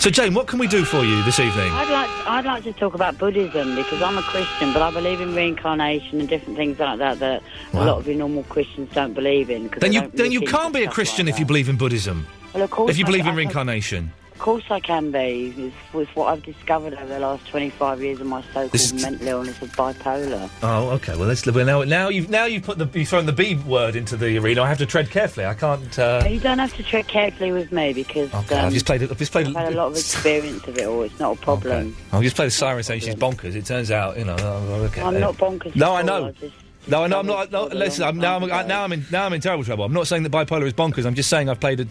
S1: So, Jane, what can we do for you this evening?
S15: I'd like I'd like to talk about Buddhism because I'm a Christian, but I believe in reincarnation and different things like that that a
S1: Wow.
S15: lot of you normal Christians don't believe in. 'cause
S1: Then
S15: they
S1: you
S15: don't
S1: then
S15: look
S1: you
S15: into
S1: can't be a
S15: stuff
S1: Christian
S15: like
S1: if you
S15: that.
S1: believe in Buddhism.
S15: Well, of course
S1: if you
S15: I-
S1: believe
S15: I
S1: in
S15: can-
S1: reincarnation.
S15: Of course I can be. It's, it's what I've discovered over the last 25 years of my so-called
S1: This is-
S15: mental illness of bipolar.
S1: Oh, okay. Well, let's well, now now you've now you've put the you've thrown the B word into the arena. I have to tread carefully. I can't.
S15: But
S1: Uh,
S15: you don't have to tread carefully with me because um,
S1: Okay, I've just played it- I've just played-
S15: I've had a lot of experience of it all. It's not a problem.
S1: I'll just play the siren saying she's bonkers. It turns out, you know. oh, Okay.
S15: I'm
S1: Uh,
S15: not bonkers.
S1: No, I
S15: at all.
S1: know.
S15: just-
S1: No, I know. I'm not. No, listen, I'm, now, I'm, I, now I'm in now I'm in terrible trouble. I'm not saying that bipolar is bonkers. I'm just saying I've played a,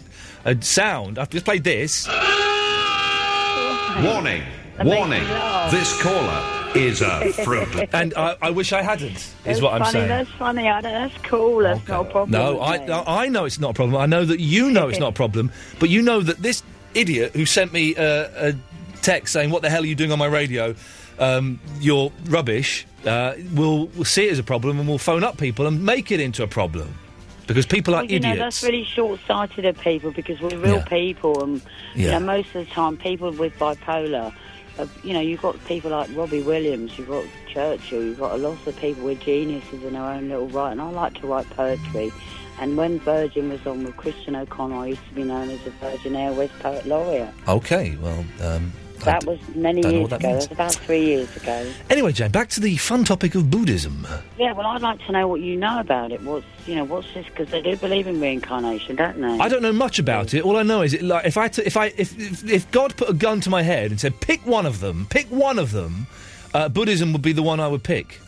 S1: a sound. I've just played this.
S16: Warning, warning. This caller is a fruit loop.
S1: and I, I wish I hadn't.
S15: That's
S1: Is what I'm
S15: funny,
S1: saying.
S15: That's funny. I don't, that's cool. That's not a problem.
S1: No,
S15: with
S1: I,
S15: me.
S1: I I know it's not a problem. I know that you know it's not a problem, but you know that this idiot who sent me uh, a text saying, What the hell are you doing on my radio? Um, you're rubbish, uh, will will see it as a problem and will phone up people and make it into a problem. Because people are
S15: Well, you
S1: idiots.
S15: know, that's really short-sighted of people because we're real
S1: Yeah.
S15: people, and you
S1: Yeah.
S15: know, most of the time, people with bipolar, uh, you know, you've got people like Robbie Williams, you've got Churchill, you've got a lot of people with geniuses in their own little right. And I like to write poetry. And when Virgin was on with Christian O'Connor, I used to be known as the Virgin Airways Poet Laureate.
S1: Okay, well. Um, I
S15: That
S1: d-
S15: was many
S1: don't know
S15: years
S1: what that
S15: ago.
S1: means.
S15: That was about three years ago.
S1: Anyway, Jane, back to the fun topic of Buddhism.
S15: Yeah, well, I'd like to know what you know about it. What's you know, what's this? Because they do believe in reincarnation, don't they?
S1: I don't know much about it. All I know is, it, like, if I, t- if I, if, if, if God put a gun to my head and said, "Pick one of them, pick one of them," uh, Buddhism would be the one I would pick.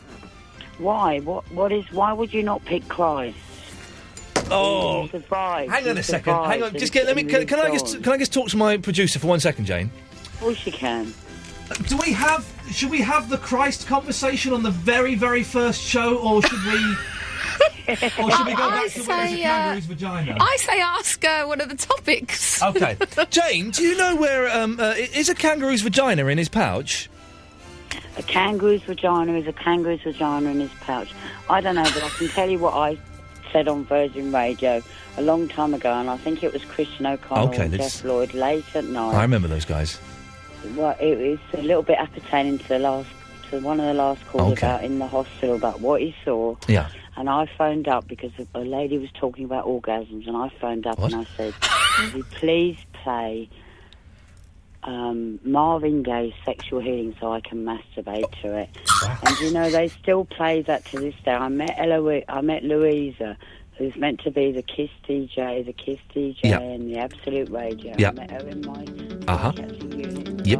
S15: Why? What? What is? Why would you not pick Christ?
S1: Oh,
S15: surprise!
S1: hang on a second. Hang on. Just get. Let me. Can, can I just? Can I just talk to my producer for one second, Jane?
S15: Of course you can.
S1: Do we have? Should we have the Christ conversation on the very, very first show, or should we? or Oh, should we go back
S2: I
S1: to what is a
S2: say, uh,
S1: kangaroo's vagina?
S2: I say ask uh, one of the topics.
S1: okay, Jane. Do you know where um, uh, i- is a kangaroo's vagina in his pouch?
S15: A kangaroo's vagina is a kangaroo's vagina in his pouch. I don't know, but I can tell you what I said on Virgin Radio a long time ago, and I think it was Christian O'Connor
S1: Okay,
S15: and
S1: let's-
S15: Jeff Lloyd late at night.
S1: I remember those guys.
S15: Well, it was a little bit appertaining to the last, to one of the last calls
S1: Okay.
S15: about in the hospital about what he saw.
S1: Yeah.
S15: And I phoned up because a lady was talking about orgasms, and I phoned up and I said, "Will you please play um, Marvin Gaye's Sexual Healing so I can masturbate to it?" And you know they still play that to this day. I met Eloise, I met Louisa, who's meant to be the Kiss DJ, the Kiss DJ,
S1: Yeah.
S15: and the Absolute Radio.
S1: Yeah.
S15: I met her in my
S1: Uh huh. Yep.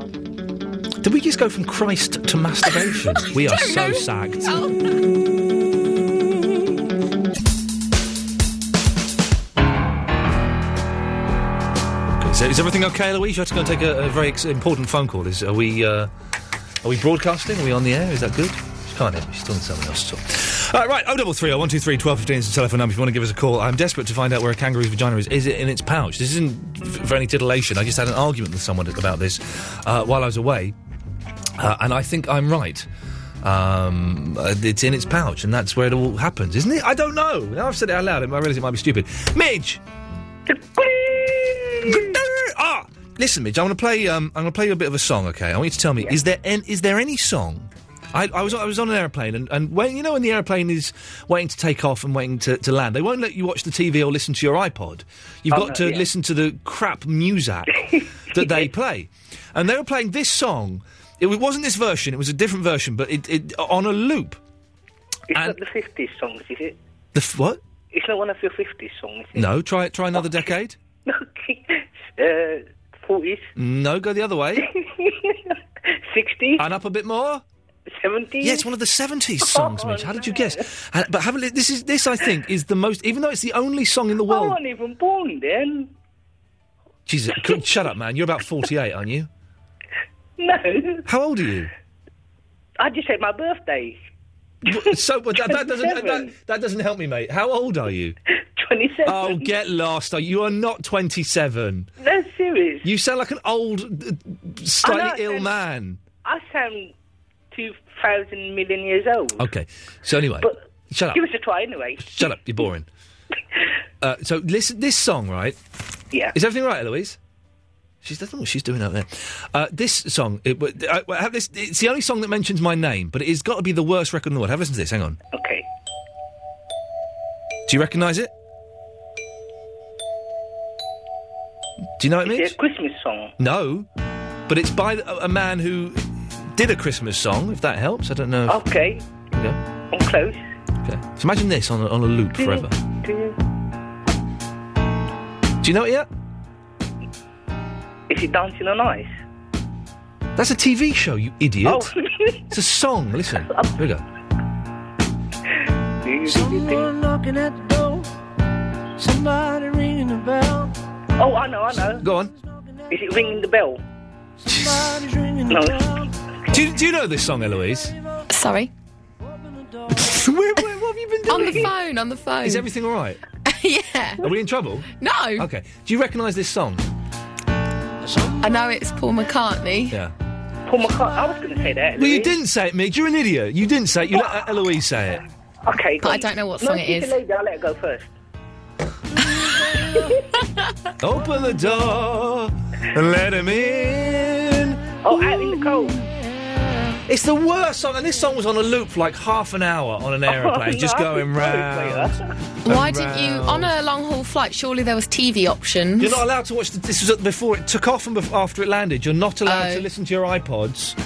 S1: Did we just go from Christ to masturbation? we are so sagged. Okay, so is everything okay, Louise? You have to go and take a, a very ex- important phone call. Is are we uh, are we broadcasting? Are we on the air? Is that good? She can't hear me. She's talking to someone else. So. Uh, right, oh double three, oh one two three, twelve fifteen is the telephone number. If you want to give us a call, I'm desperate to find out where a kangaroo's vagina is. Is it in its pouch? This isn't f- for any titillation. I just had an argument with someone about this uh, while I was away, uh, and I think I'm right. Um, uh, it's in its pouch, and that's where it all happens, isn't it? I don't know. Now I've said it out loud, I realise it might be stupid. Midge. Good- Ah, Listen, Midge, I'm going to play. Um, I'm going to play you a bit of a song. Okay, I want you to tell me is there an, is there any song? I, I was I was on an airplane and, and when you know when the airplane is waiting to take off and waiting to, to land, they won't let you watch the TV or listen to your iPod. You've
S17: Oh,
S1: got
S17: no,
S1: to
S17: yeah.
S1: listen to the crap music that they play, and they were playing this song. It wa- wasn't this version; it was a different version, but it, it on a loop.
S18: It's not the 50s songs, is it?
S1: The f- what?
S18: It's not one of your 50s songs.
S1: No, try try another decade.
S18: Uh, 40s,
S1: No, go the other way.
S18: 60s.
S1: And up a bit more.
S18: 70s.
S1: Yeah, it's one of the 70s songs, Mitch. How did you guess?
S18: Oh,
S1: And, but haven't li- this is this I think is the most even though it's the only song in the
S18: I
S1: world.
S18: wasn't even born then.
S1: Jesus, c- shut up, man. You're about 48, aren't you?
S18: No,
S1: How old are you?
S18: I just had my birthday.
S1: W- so but that, that doesn't that,
S18: 27.
S1: that doesn't help me, mate. How old are you?
S18: 27.
S1: Oh, get lost. Are- You are not 27.
S18: No, serious.
S1: You sound like an old, uh,
S18: I know,
S1: slightly
S18: I
S1: ill
S18: said-
S1: man.
S18: I sound 2,000 million years old.
S1: Okay. So anyway,
S18: But
S1: shut up.
S18: Give us a try anyway.
S1: Shut up, you're boring. uh, so listen, this song, right?
S18: Yeah.
S1: Is everything right, Eloise? She's doesn't know what she's doing out there. Uh, this song, it, w- I, I have this. It's the only song that mentions my name, but it's got to be the worst record in the world. Have a listen to this. Hang on.
S18: Okay.
S1: Do you recognise it? Do you know what it means?
S18: It's a Christmas song.
S1: No, but it's by a, a man who did a Christmas song. If that helps, I don't know. If,
S18: Okay,
S1: yeah.
S18: I'm close.
S1: Okay. So imagine this on a, on a loop forever. Do you know it yet?
S18: Is it Dancing on Ice?
S1: That's a TV show, you idiot.
S18: Oh.
S1: it's a song. Listen. Here we go.
S19: Someone knocking at the door. Somebody ringing the bell.
S18: Oh, I know, I know.
S1: Go on.
S18: Is it Ringing the Bell?
S19: Somebody's ringing
S18: No.
S19: the bell.
S1: Do you, do you know this song, Eloise?
S2: Sorry.
S1: Where, where, what have you been
S2: on the phone, on the phone.
S1: Is everything all right?
S2: yeah.
S1: Are we in trouble?
S2: No.
S1: Okay. Do you recognise this song?
S2: I know it's Paul McCartney.
S1: Yeah.
S18: Paul McCartney. I was going to say that.
S1: Well, you didn't say it, Midge. You're an idiot. You didn't say it. You let uh, Eloise say it.
S18: Okay,
S2: But I don't know what
S18: no,
S2: song it
S18: she's
S2: is.
S18: a lady. I'll let her go first.
S1: Open the door and let him in.
S18: Oh, out in the cold.
S1: It's the worst song, and this song was on a loop for like half an hour on
S18: Oh,
S1: an aeroplane,
S2: no,
S1: just
S2: I
S1: going
S2: was
S1: round.
S2: Why
S1: and
S2: didn't you
S1: round.
S2: on a long haul flight? Surely there was TV options.
S1: You're not allowed to watch. The, this was before it took off and bef- after it landed. You're not allowed
S2: Oh.
S1: to listen to your iPods.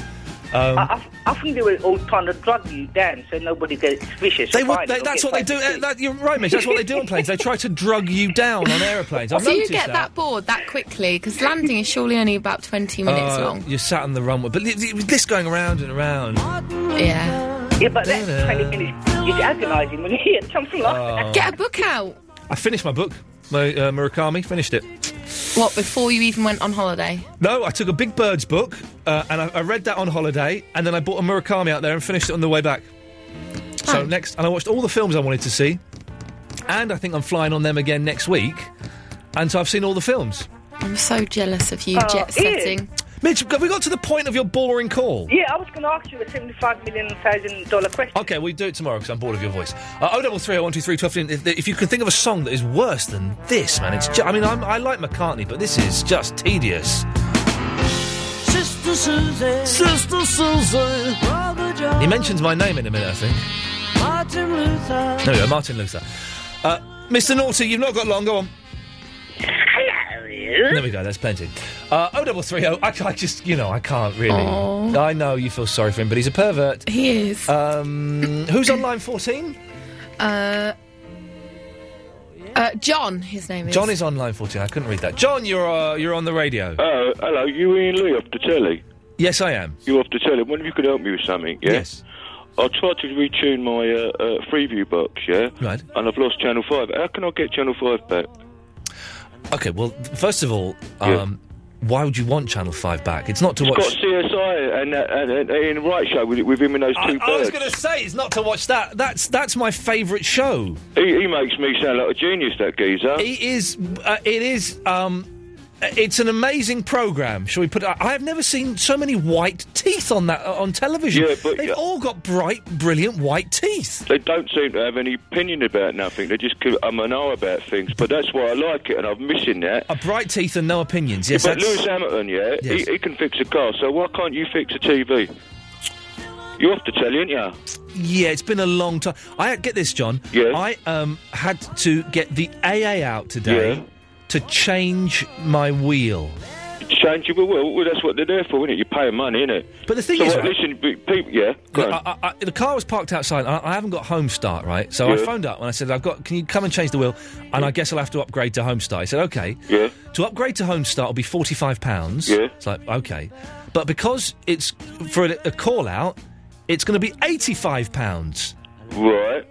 S1: Um,
S18: I, I, I think they were all trying to drug you down so nobody gets vicious.
S1: They,
S18: would.
S1: would, they that's what they do. uh, That, you're right, Mitch. That's what they do on planes. They try to drug you down on airplanes. I've
S2: so you
S1: noticed
S2: get that. bored that quickly because landing is surely only about twenty minutes
S1: Uh,
S2: long.
S1: You're sat on the runway, but li- li- with this going around and around.
S2: Yeah.
S18: Yeah, but that's 20 minutes. It's agonising when you hear something like
S1: Oh.
S18: that.
S2: Get a book out.
S1: I finished my book, my uh, Murakami. Finished it.
S2: What before you even went on holiday?
S1: No, I took a Big Bird's book uh, and I, I read that on holiday, and then I bought a Murakami out there and finished it on the way back. So next, and I watched all the films I wanted to see, and I think I'm flying on them again next week, and so I've seen all the films.
S2: I'm so jealous of you
S18: Oh,
S2: jet
S18: Ian.
S2: setting.
S1: Mitch, have we got to the point of your boring call?
S18: Yeah, I was going to ask you a seventy-five million thousand dollar question.
S1: Okay, we do it tomorrow because I'm bored of your voice. Uh, 033 If, if you can think of a song that is worse than this, man, it's. Ju- I mean, I'm, I like McCartney, but this is just tedious.
S19: Sister Susie. Sister Susie. Brother John.
S1: He mentions my name in a minute, I think.
S19: Martin Luther.
S1: There we go, Martin Luther. Uh, Mr. Naughty, you've not got long. Go on. There we go. That's plenty. Uh, 0330. I, I just, you know, I can't really.
S2: Aw.
S1: I know you feel sorry for him, but he's a pervert.
S2: He is.
S1: Um, who's on line 14?
S2: Uh, uh, John, his name is.
S1: John is on line 14. I couldn't read that. John, you're uh, you're on the radio.
S20: Oh, hello. You Ian Lee off the telly?
S1: Yes, I am.
S20: You off the telly? Wonder if you could help me with something, yeah?
S1: Yes.
S20: I tried to retune my uh, uh, Freeview box, yeah?
S1: Right.
S20: And I've lost Channel 5. How can I get Channel 5 back?
S1: Okay, well, th- first of all,
S20: Yeah.
S1: um, why would you want Channel 5 back? It's not to
S20: It's
S1: watch.
S20: got CSI and, uh, and, and, and Ian Wright show with, with him and those two
S1: I was
S20: birds.
S1: going to say, it's not to watch that. That's that's my favourite show.
S20: He, he makes me sound like a genius, that geezer.
S1: It is. Uh, it is. Um, It's an amazing program. Shall we put? I- I've never seen so many white teeth on that on television.
S20: Yeah, but-
S1: they've
S20: yeah.
S1: all got bright, brilliant white teeth.
S20: They don't seem to have any opinion about nothing. They just give um and oh about things. But that's why I like it, and I'm missing that.
S1: Uh, bright teeth and no opinions. Yes,
S20: but
S1: that's-
S20: Lewis Hamilton, yeah,
S1: Yes.
S20: he, he can fix a car. So why can't you fix a TV? You're off the telly, aren't you?
S1: Yeah, it's been a long time. I get this, John.
S20: Yes.
S1: I um had to get the AA out today
S20: Yeah.
S1: to change my wheel.
S20: Change your will. Well, that's what they're there for, isn't it? You pay money, isn't it?
S1: But the thing
S20: so
S1: is,
S20: what,
S1: right-
S20: listen, pe- people, yeah, go
S1: Look,
S20: on.
S1: I, I, I- the car was parked outside. and I, I haven't got Home Start right, so I
S20: Yeah. Mm.
S1: phoned up and I said, "I've got. Can you come and change the wheel?" And I guess I'll have to upgrade to Home Start. He said, "Okay."
S20: Yeah.
S1: To upgrade to Home Start will be forty-five pounds.
S20: Yeah.
S1: It's like okay, but because it's for a, a call out, it's going to be eighty-five pounds.
S20: Right.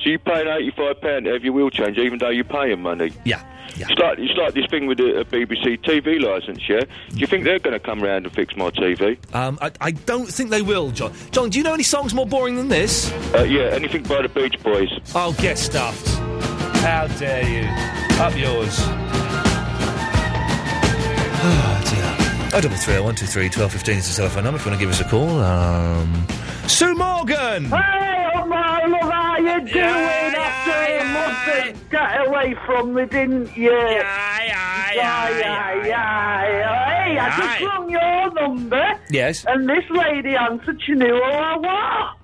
S20: So you paying eighty-five pound to have your wheel changed, even though you're paying money.
S1: Yeah.
S20: It's like it's like this thing with the uh, BBC TV license. Yeah. Do you think they're going to come round and fix my TV?
S1: Um, I, I don't think they will, John. John, do you know any songs more boring than this?
S20: Uh, yeah. Anything by the Beach Boys.
S1: Oh, get stuffed. How dare you? Up yours. Oh, dear. 0330 123 1215 is the telephone number if you want to give us a call. Um, Sue Morgan!
S7: Hey, oh my love, how you doing after a month of get away from me, didn't you? Yeah, yeah, yeah, yeah. Hey, I just rung your number.
S1: Yes.
S7: And this lady answered, she knew who I was.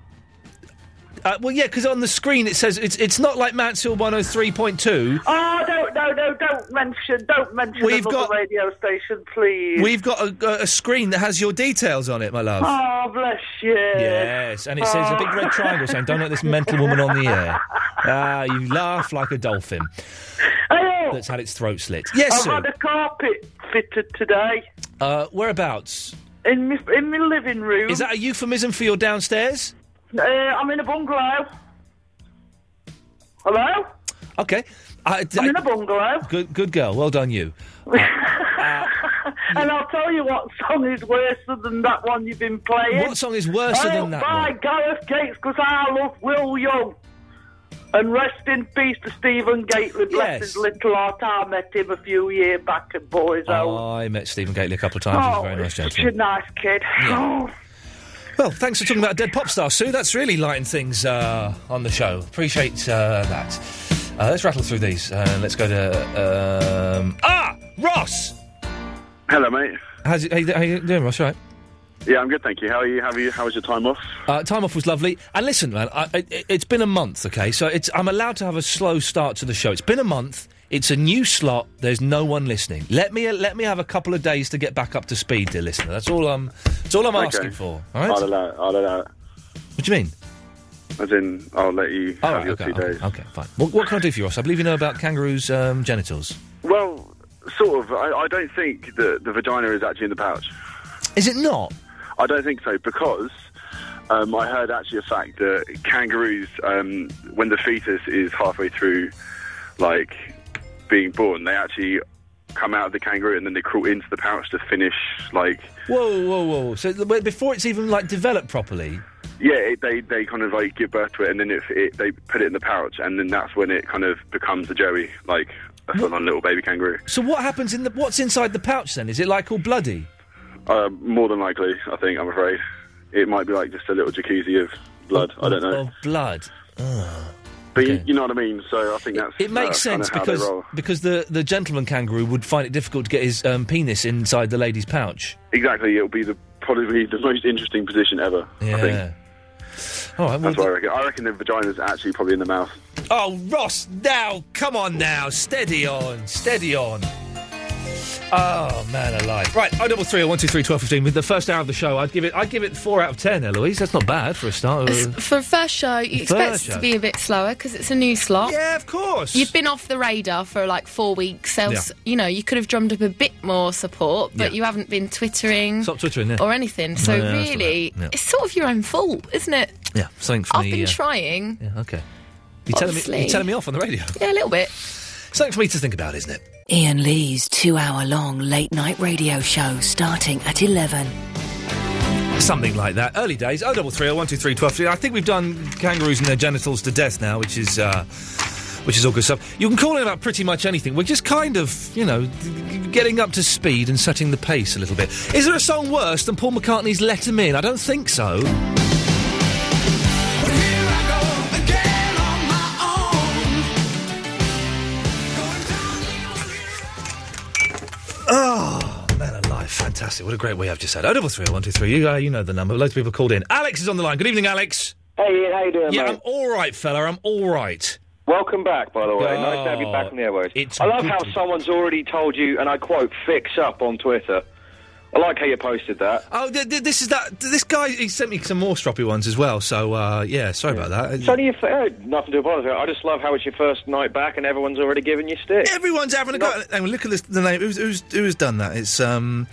S1: Uh, well, yeah, because on the screen it says it's it's not like Mansfield 103.2.
S7: Oh, don't, no, no, don't mention, don't mention
S1: We've
S7: another
S1: got-
S7: radio station, please.
S1: We've got a, a- a screen that has your details on it, my love.
S7: Oh, bless you. Oh,
S1: Yes, and it says a big red triangle saying, Don't let this mental woman on the air. Ah, you laugh like a dolphin that's had its throat slit. Yes,
S7: I've
S1: Sue.
S7: had a carpet fitted today
S1: Uh, whereabouts?
S7: in my, in my living room.
S1: Is that a euphemism for your downstairs?
S7: Uh, I'm in a bungalow. Hello?
S1: Okay. I,
S7: I'm in a bungalow.
S1: Good, good girl. Well done, you.
S7: And I'll tell you what song is worse than that one you've been playing.
S1: What song is worse
S7: oh,
S1: than that
S7: by
S1: one?
S7: Gareth Gates, because I love Will Young. And rest in peace to Stephen Gately, bless his
S1: Yes.
S7: little heart. I met him a few years back at Boys Own.
S1: Oh, I met Stephen Gately a couple of times. He's a very nice
S7: such a
S1: gentleman.
S7: nice kid.
S1: Oh. Well, thanks for talking about a dead pop star, Sue. That's really lighting things uh, on the show. Appreciate uh, that. Uh, let's rattle through these. Uh, let's go to um, ah Ross.
S17: Hello, mate.
S1: How's it, how, you, how you doing, Ross? You all Right.
S17: Yeah, I'm good, thank you. How are you? How are you? How was your time off?
S1: Uh, time off was lovely. And listen, man, I, I, it- it's been a month, okay? So it's I'm allowed to have a slow start to the show. It's been a month. It's a new slot. There's no one listening. Let me let me have a couple of days to get back up to speed, dear listener. That's all I'm. That's all I'm
S17: Okay.
S1: asking for. All right.
S17: I'll allow it. I'll allow it.
S1: What do you mean?
S17: As in, I'll let you
S1: Oh,
S17: have
S1: right,
S17: your
S1: okay,
S17: two
S1: okay,
S17: days.
S1: okay, fine. What, what can I do for you, Ross? I believe you know about kangaroos' um, genitals.
S17: Well, sort of. I, I don't think that the vagina is actually in the pouch.
S1: Is it not?
S17: I don't think so because um, I heard actually a fact that kangaroos, um, when the fetus is halfway through, like being born, they actually come out of the kangaroo and then they crawl into the pouch to finish. Like,
S1: Whoa, whoa, whoa! So the- but before it's even like developed properly,
S17: yeah, it, they they kind of like give birth to it and then if it, they put it in the pouch and then that's when it kind of becomes a joey, like
S1: Mm.
S17: a full-on little baby kangaroo.
S1: so what happens in the what's inside the pouch then? Is it like all bloody?
S17: Uh, more than likely, I think. I'm afraid it might be like just a little jacuzzi of blood. I don't know.
S1: Of blood.
S17: But you, you know what I mean. So I think that's
S1: oh, It makes
S17: uh, kinda
S1: sense
S17: how they
S1: because
S17: roll.
S1: because the the gentleman kangaroo would find it difficult to get his um, penis inside the lady's pouch.
S17: exactly it'll be the probably the most interesting position ever. I
S1: Yeah.
S17: think
S1: All right. Well,
S17: that's what I reckon. I reckon the vagina's actually probably in the mouth.
S1: Oh, Ross, now, come on now. Steady on, steady on. Oh, man alive. Right, oh, double three, oh, one, two, three, twelve, fifteen. With the first hour of the show, I'd give it, I'd give it four out of ten, Eloise. That's not bad for a start. Uh,
S2: For a first show, you
S1: First
S2: expect it
S1: show.
S2: to be a bit slower because it's a new slot.
S1: Yeah, of course.
S2: You've been off the radar for like four weeks, else
S1: Yeah.
S2: you know you could have drummed up a bit more support, but
S1: Yeah.
S2: you haven't been twittering
S1: Stop twittering, yeah.
S2: or anything. So
S1: No, no, that's not
S2: really,
S1: bad. Yeah.
S2: it's sort of your own fault, isn't it?
S1: yeah, something for
S2: I've
S1: me.
S2: been
S1: uh,
S2: trying.
S1: Yeah, okay. You're telling, me, you're
S2: Obviously.
S1: telling me off on the radio.
S2: Yeah, a little bit.
S1: Something for me to think about, isn't it?
S21: Ian Lee's two hour long late night radio show starting at 11.
S1: Something like that. Early days. Oh, double three, oh, one, two, three, twelve. I think we've done kangaroos and their genitals to death now, which is uh, which is all good stuff. You can call in about pretty much anything. We're just kind of, you know, g- getting up to speed and setting the pace a little bit. Is there a song worse than Paul McCartney's Let 'Em In? I don't think so. Oh, man alive, fantastic. What a great way I've just Oh, had. 0330123, you, uh, you know the number. Loads of people called in. Alex is on the line. Good evening, Alex.
S4: Hey Ian, how you doing,
S1: yeah,
S4: mate?
S1: I'm all right, fella. I'm all right.
S4: Welcome back, by the way. nice to have you
S1: Oh,
S4: back on the airwaves.
S1: it's
S4: I love
S1: good
S4: how
S1: to-
S4: someone's already told you, and I quote, "fix up" on Twitter. I like how you posted that.
S1: Oh, th- th- this is that. This guy, he sent me some more stroppy ones as well. So, uh, yeah, sorry about that.
S4: It's only your fir- oh, nothing to apologise. I just love how it's your first night back, and everyone's already giving you stick.
S1: Everyone's having a go. Hang on, look at this, the name. Who's, who's, who's done that? It's um,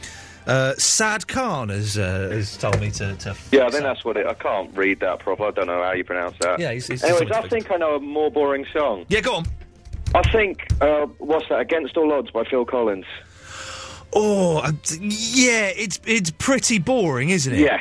S1: uh, Sad Khan has, uh, has told me to. to
S4: Yeah, I think that's what it. I can't read that proper. I don't know how you pronounce that.
S1: Yeah, he's- he's-
S4: Anyways,
S1: he's-
S4: I think I know a more boring song.
S1: Yeah, go on.
S4: I think uh, what's that? Against All Odds by Phil Collins.
S1: Oh, I- yeah, it's it's pretty boring, isn't it?
S4: Yes,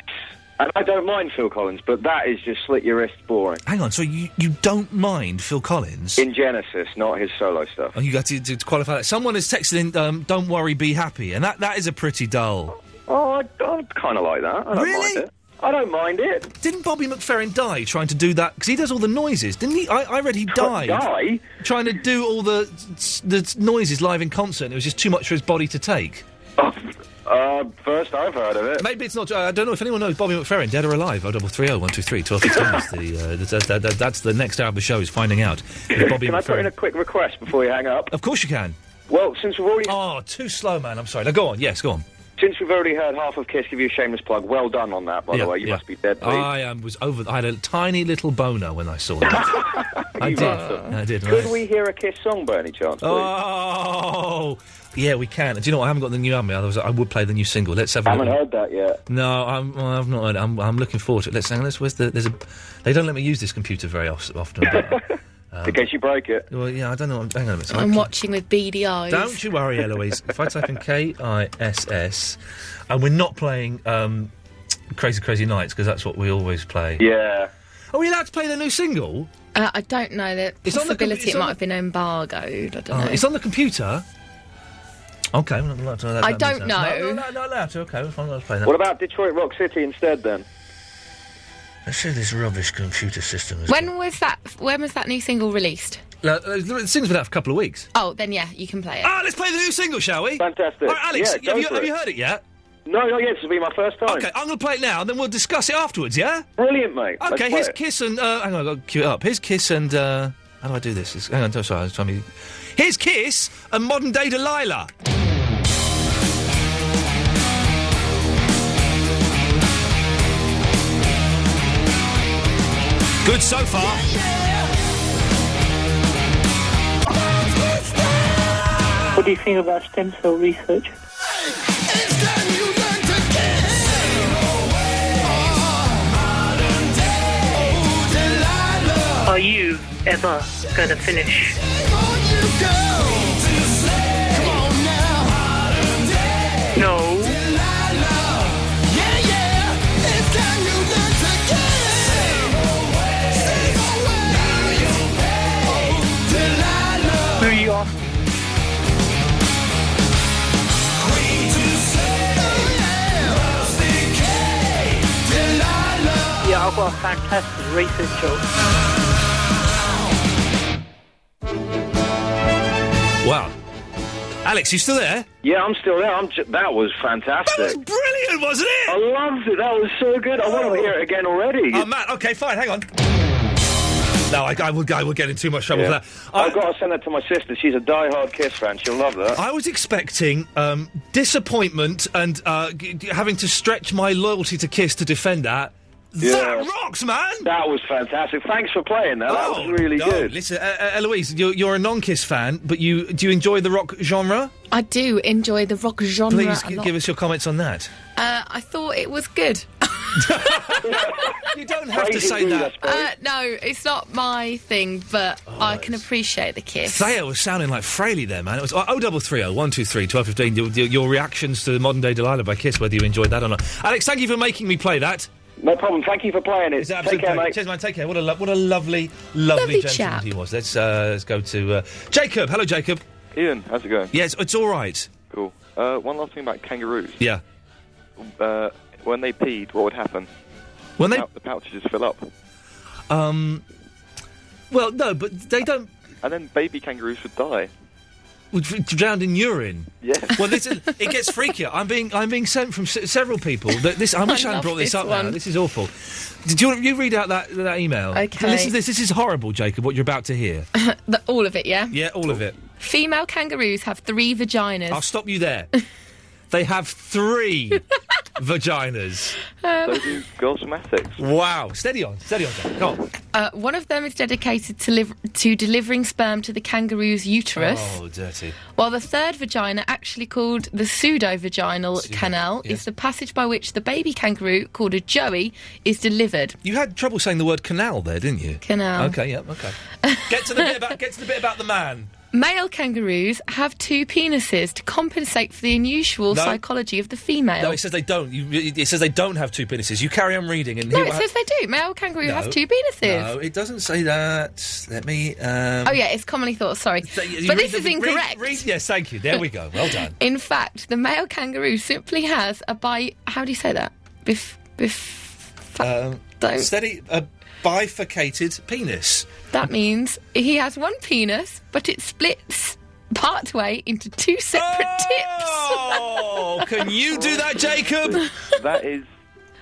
S4: and I don't mind Phil Collins, but that is just slit your wrist boring.
S1: Hang on, so you, you don't mind Phil Collins?
S4: In Genesis, not his solo stuff.
S1: Oh, you got to, to qualify that. Someone has texted in, um, "Don't worry, be happy," and that, that is a pretty dull.
S4: Oh, I, I kind of like that. I don't
S1: Really?
S4: mind it. I don't mind it.
S1: Didn't Bobby McFerrin die trying to do that? Because he does all the noises, didn't he? I, I read he died
S4: die?
S1: trying to do all the s- the s- noises live in concert. And it was just too much for his body to take.
S4: Uh, first I've heard of it.
S1: Maybe it's not. I don't know if anyone knows Bobby McFerrin, dead or alive. Oh, double three oh one two three twelve fifteen. is the, uh, that's, that, that, that's the next hour of the show is finding out. if Bobby
S4: Can I put
S1: McFerrin-
S4: in a quick request before you hang up?
S1: Of course you can.
S4: Well, since we've already
S1: oh, too slow, man. I'm sorry. Now go on. Yes, go on.
S4: Since we've already heard half of Kiss give you a shameless plug, well done on that, by
S1: Yeah,
S4: the way. You
S1: yeah.
S4: must be dead, please.
S1: I um, was over. I had a tiny little boner when I saw that. I
S4: You
S1: did.
S4: bastard.
S1: I did.
S4: Could
S1: right.
S4: we hear a Kiss song by any chance, please?
S1: Oh, yeah, we can. Do you know what? I haven't got the new album. yet, Otherwise, I would play the new single. Let's have. a
S4: I haven't
S1: look.
S4: heard that yet.
S1: No, I'm, well, I've not heard. it. I'm, I'm looking forward to it. Let's hang on. Let's, where's the, there's a, they don't let me use this computer very of- often. But,
S4: In case you break it.
S1: well, yeah, I don't know. Hang on a minute.
S2: I'm watching with beady eyes.
S1: Don't you worry, Eloise. if I type in K I S S, and we're not playing um, Crazy Crazy Nights because that's what we always play. Uh,
S4: Yeah.
S1: Are we allowed to play the new single?
S2: Uh, I don't know the
S1: It's on the com-
S2: possibility
S1: it's
S2: it
S1: on
S2: might
S1: the-
S2: have been embargoed. I don't
S1: Oh,
S2: know.
S1: it's on the computer. Okay, we're not allowed to know that.
S2: I
S1: that means
S2: don't
S1: that.
S2: know.
S1: No, no, no, not allowed to. Okay, we're not play that.
S4: What about Detroit Rock City instead, then?
S1: Let's see this rubbish computer system. has
S2: When was that? When was that new single released?
S1: No, uh, the single's been out for a couple of weeks.
S2: Oh, then yeah, you can play it.
S1: Ah, let's play the new single, shall we?
S4: Fantastic.
S1: All right, Alex,
S4: Yeah,
S1: have,
S4: go
S1: you,
S4: for
S1: have
S4: it.
S1: you heard it yet?
S4: No, not yet. This will be my first time.
S1: Okay, I'm going to play it now, and then we'll discuss it afterwards, yeah?
S4: Brilliant, mate. Let's
S1: Okay,
S4: play
S1: here's
S4: it.
S1: Kiss and... Uh, hang on, I've got to queue it up. Here's Kiss and... Uh, how do I do this? It's- hang on, sorry, I was trying to... be- Here's Kiss and Modern Day Delilah. Good so far.
S18: What do you think about stem cell research? Are you ever going to finish? No. Who you are? Yeah, I've got a fantastic research job.
S1: Wow. Alex, you still there?
S4: Yeah, I'm still there. I'm j- that was fantastic. That was
S1: brilliant, wasn't it?
S4: I loved it. That was so good. I want to hear it again already.
S1: Oh, man, okay, fine, hang on. No, I, I, will, I will get in too much trouble
S4: Yeah.
S1: for that.
S4: I've got to send that to my sister. She's a die-hard Kiss fan. She'll love that.
S1: I was expecting um, disappointment and uh, g- g- having to stretch my loyalty to Kiss to defend that. That rocks, man! Oh,
S4: That was fantastic. Thanks for playing that. that was really
S1: no,
S4: good.
S1: Listen, uh, uh, Eloise, you're, you're a non-Kiss fan, but you do you enjoy the rock genre?
S2: I do enjoy the rock genre.
S1: Please
S2: a
S1: g-
S2: lot.
S1: give us your comments on that.
S2: Uh, I thought it was good.
S1: you don't have to say that.
S2: Uh, no, it's not my thing, but I can appreciate the kiss.
S1: Thayer was sounding like Fraley there, man. It was oh double three oh one two three twelve fifteen. Your, your, your reactions to the modern day Delilah by Kiss, whether you enjoyed that or not. Alex, thank you for making me play that.
S6: No problem. Thank you for playing it.
S1: It's an absolute
S6: Take care,
S1: pleasure.
S6: mate.
S1: Cheers, man. Take care. What a lo- what a lovely, lovely,
S6: Lovely
S1: gentleman
S6: chap.
S1: he was. Let's uh, let's go to uh, Jacob. Hello, Jacob.
S22: Ian, how's it going?
S1: Yeah, it's, it's all right.
S22: Cool. Uh, one last thing about kangaroos.
S1: Yeah.
S22: Uh, when they peed, what would happen?
S1: When they
S22: the pouches just fill up,
S1: um, well, no, but they don't.
S22: and then baby kangaroos would die.
S1: Would f- drowned in urine.
S22: Yeah.
S1: Well, this is, it gets freakier. I'm being I'm being sent from se- several people. That this I wish
S2: I
S1: I hadn't
S2: love
S1: brought this,
S2: this
S1: up. Now.
S2: one.
S1: This is awful. Did you you read out that that email?
S2: Okay.
S1: Listen to this. This is horrible, Jacob. What you're about to hear.
S2: The- all of it, yeah?
S1: yeah, all of it.
S2: Female kangaroos have three vaginas.
S1: I'll stop you there. they have three vaginas.
S2: Um,
S22: Gospelmatics.
S1: Wow. Steady on. Steady on. Jack. Come on.
S2: uh, one of them is dedicated to, liv- to delivering sperm to the kangaroo's uterus.
S1: Oh, dirty.
S2: While the third vagina, actually called the pseudo-vaginal canal,
S1: yes.
S2: is the passage by which the baby kangaroo, called a joey, is delivered.
S1: You had trouble saying the word canal there, didn't you?
S2: Canal.
S1: Okay. Yeah. Okay. Get to the bit about get to the bit about the man.
S2: Male kangaroos have two penises to compensate for the unusual
S1: No.
S2: psychology of the female.
S1: No, it says they don't. You, it it says they don't have two penises. You carry on reading, and
S2: No,
S1: he
S2: it
S1: will have-
S2: says they do. Male kangaroo
S1: No.
S2: has two penises.
S1: No, it doesn't say that. Let me. Um,
S2: oh yeah, it's commonly thought. Sorry,
S1: you read
S2: but this
S1: the-
S2: is
S1: read-
S2: incorrect.
S1: read- yes, thank you. There we go. Well done.
S2: In fact, the male kangaroo simply has a bi. How do you say that? Bif, bif.
S1: Um,
S2: Don't-
S1: Steady. A bifurcated penis.
S2: That means he has one penis, but it splits partway into two separate
S1: Ah! Oh, can you do that, Jacob?
S22: that is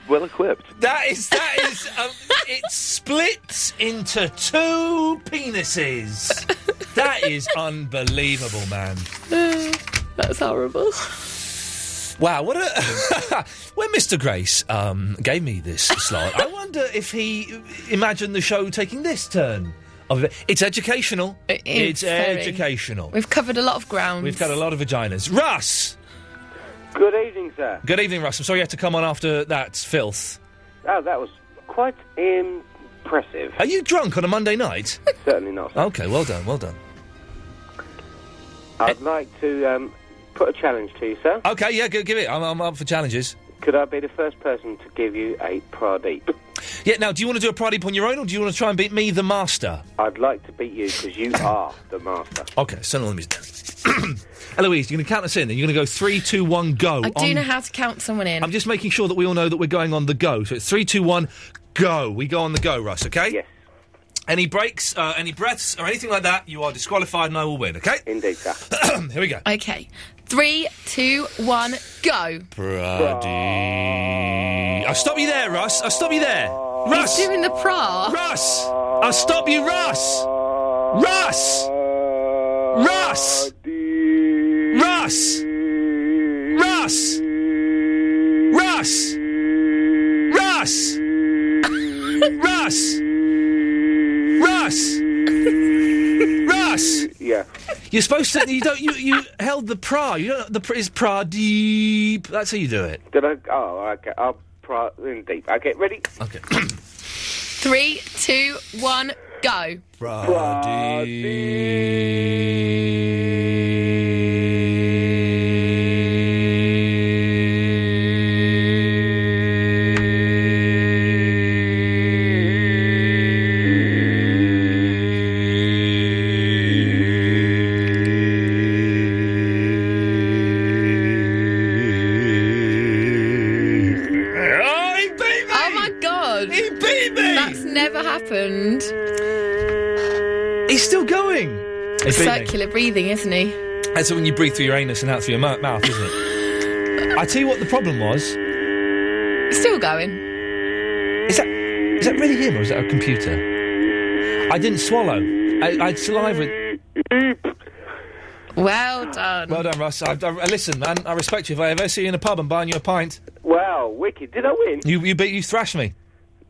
S22: well equipped.
S1: That is that is um, it splits into two penises. That is unbelievable, man.
S2: tips. That's horrible.
S1: Wow, what a when Mr. Grace um, gave me this slot, I wonder if he imagined the show taking this turn. Of it. It's educational.
S2: It
S1: it's
S2: is very.
S1: educational.
S2: We've covered a lot of ground.
S1: We've got a lot of vaginas. Russ,
S23: Good evening, sir.
S1: good evening, Russ. I'm sorry you had to come on after that filth.
S23: Oh, that was quite impressive.
S1: Are you drunk on a Monday night?
S23: Certainly not.
S1: okay, well done, well done.
S23: I'd like to um, put a challenge to you, sir.
S1: Okay, yeah, g- give it. I'm, I'm up for challenges.
S23: Could I be the first person to give you a Pradeep?
S1: Yeah, now, do you want to do a pride deep on your own, or do you want to try and beat me, the master?
S23: I'd like to beat you because you are the master.
S1: Okay, so let me. Eloise, you're going to count us in, and you're going to go three, two, one, go.
S2: I do
S1: on-
S2: know how to count someone in.
S1: I'm just making sure that we all know that we're going on the go. So it's three, two, one, go. We go on the go, Russ. Okay. Yes. Any breaks, uh, any breaths, or anything like that, you are disqualified, and I will win. Okay.
S23: Indeed, sir.
S1: Here we go.
S2: Okay, three, two, one, go.
S1: Brady. I'll stop you there, Russ. I'll stop you there. Russ!
S2: He's doing the pra.
S1: Russ! I'll stop you, Russ! Russ! Russ! Russ! Russ! Russ! Russ! Russ! Russ! Russ!
S23: Yeah.
S1: You're supposed to. You don't. You, you held the pra. You don't. The pra is pra deep. That's how you do it.
S23: Did I? Oh, okay. I'll pra- Indeed. Okay, ready?
S1: Okay.
S2: Three, two, one, go.
S1: Oh, he beat me!
S2: Oh my god! He
S1: beat me!
S2: That's never happened.
S1: He's still going. He beat me.
S2: Circular breathing, isn't he?
S1: That's when you breathe through your anus and out through your mou- mouth, isn't it? I tell you what the problem was.
S2: Still going.
S1: Is that is that really him or is that a computer? I didn't swallow. I, I had saliva.
S2: Well done.
S1: Well done, Russ. I, I- listen, man. I respect you. If I ever see you in a pub, I'm buying you a pint.
S23: Wow, wicked. Did I win?
S1: You you beat you thrashed me.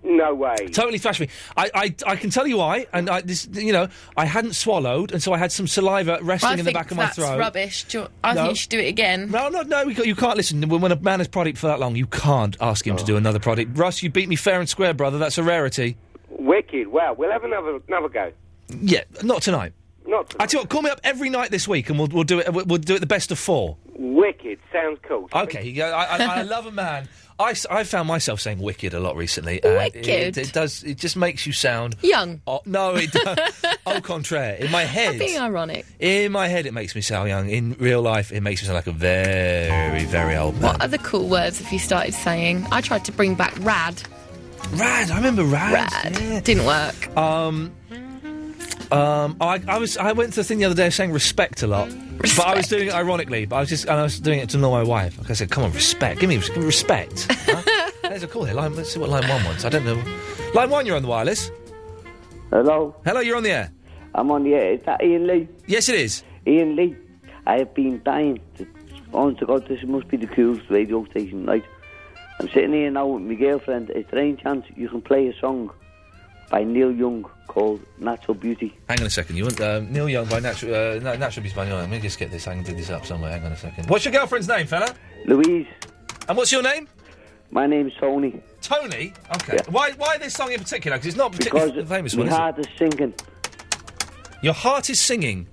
S23: No way.
S1: Totally thrashed me. I, I, I can tell you why. And I this you know I hadn't swallowed, and so I had some saliva
S2: Well,
S1: resting
S2: I
S1: in the
S2: think
S1: back of my
S2: that's
S1: throat.
S2: rubbish. Do you- I
S1: No.
S2: think you should do it again.
S1: No, no, no. we got- You can't listen. When when a man is product for that long, you can't ask him to do another product. Russ, you beat me fair and square, brother. That's a rarity.
S23: Wicked. Wow. We'll have another another go.
S1: Yeah, not tonight.
S23: Not
S1: I tell you what, call me up every night this week, and we'll we'll do it. We'll, we'll do it the best of four.
S23: wicked. Sounds cool.
S1: Okay, yeah, I, I, I love a man. I, s- I found myself saying wicked a lot recently. and it- It,
S2: Wicked?
S1: does. It just makes you sound.
S2: Young.
S1: Oh, no, it does. au contraire. In my head.
S2: Being ironic.
S1: In my head, it makes me sound young. In real life, it makes me sound like a very, very old man.
S2: What other cool words have you started saying? I tried to bring back rad.
S1: Rad. I remember rad.
S2: Rad. Didn't work.
S1: Um, um, I, I was I went to the thing the other day of saying respect a lot, but I was doing it ironically. But I was just and I was doing it to annoy my wife. Like I said, come on, respect. Give me, give me respect. Huh? There's a call here. Line, let's see what line one wants. I don't know. Line one, you're on the wireless.
S6: Hello.
S1: Hello, Oh, you're on the air.
S6: I'm on the air. Is that Ian Lee?
S1: Yes, it is.
S6: Ian Lee, I have been dying. To, honest to God, this must be the coolest radio station, right? I'm sitting here now with my girlfriend. Is there any chance you can play a song by Neil Young called Natural Beauty?
S1: Hang on a second. You want uh, Neil Young by Natural uh, Na- Natural Beauty by Neil Young. Let me just get this. I can dig this up somewhere. Hang on a second. What's your girlfriend's name, fella?
S6: Louise.
S1: And what's your name?
S6: My name's Tony.
S1: Tony. Okay.
S6: Yeah.
S1: Why why this song in particular? Because it's not
S6: Because
S1: particularly f- famous
S6: my
S1: one. Is it?
S6: heart is sinking.
S1: Your heart is singing.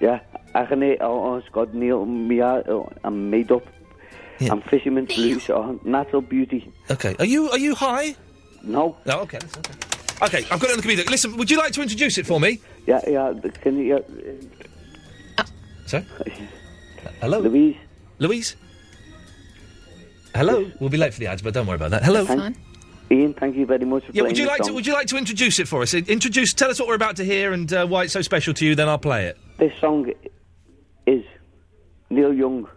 S6: Yeah, I can hear, oh, honest to God, Neil, my heart, oh, I'm made up. I'm fisherman's blues, oh, natural beauty.
S1: Okay, are you are you high?
S6: No.
S1: No, okay. that's okay. Okay, I've got it on the computer. Listen, would you like to introduce it for me?
S6: Yeah, yeah. th- Can you?
S1: Sorry. Hello,
S6: Louise.
S1: Louise. Hello. We'll be late for the ads, but don't worry about that. Uh, Hello.
S6: Thank- Ian, thank you very much for
S1: Yeah.
S6: playing
S1: Would you
S6: the
S1: like to
S6: song.
S1: Would you like to introduce it for us? In- Introduce. Tell us what we're about to hear and uh, why it's so special to you. Then I'll play it.
S6: This song is Neil Young.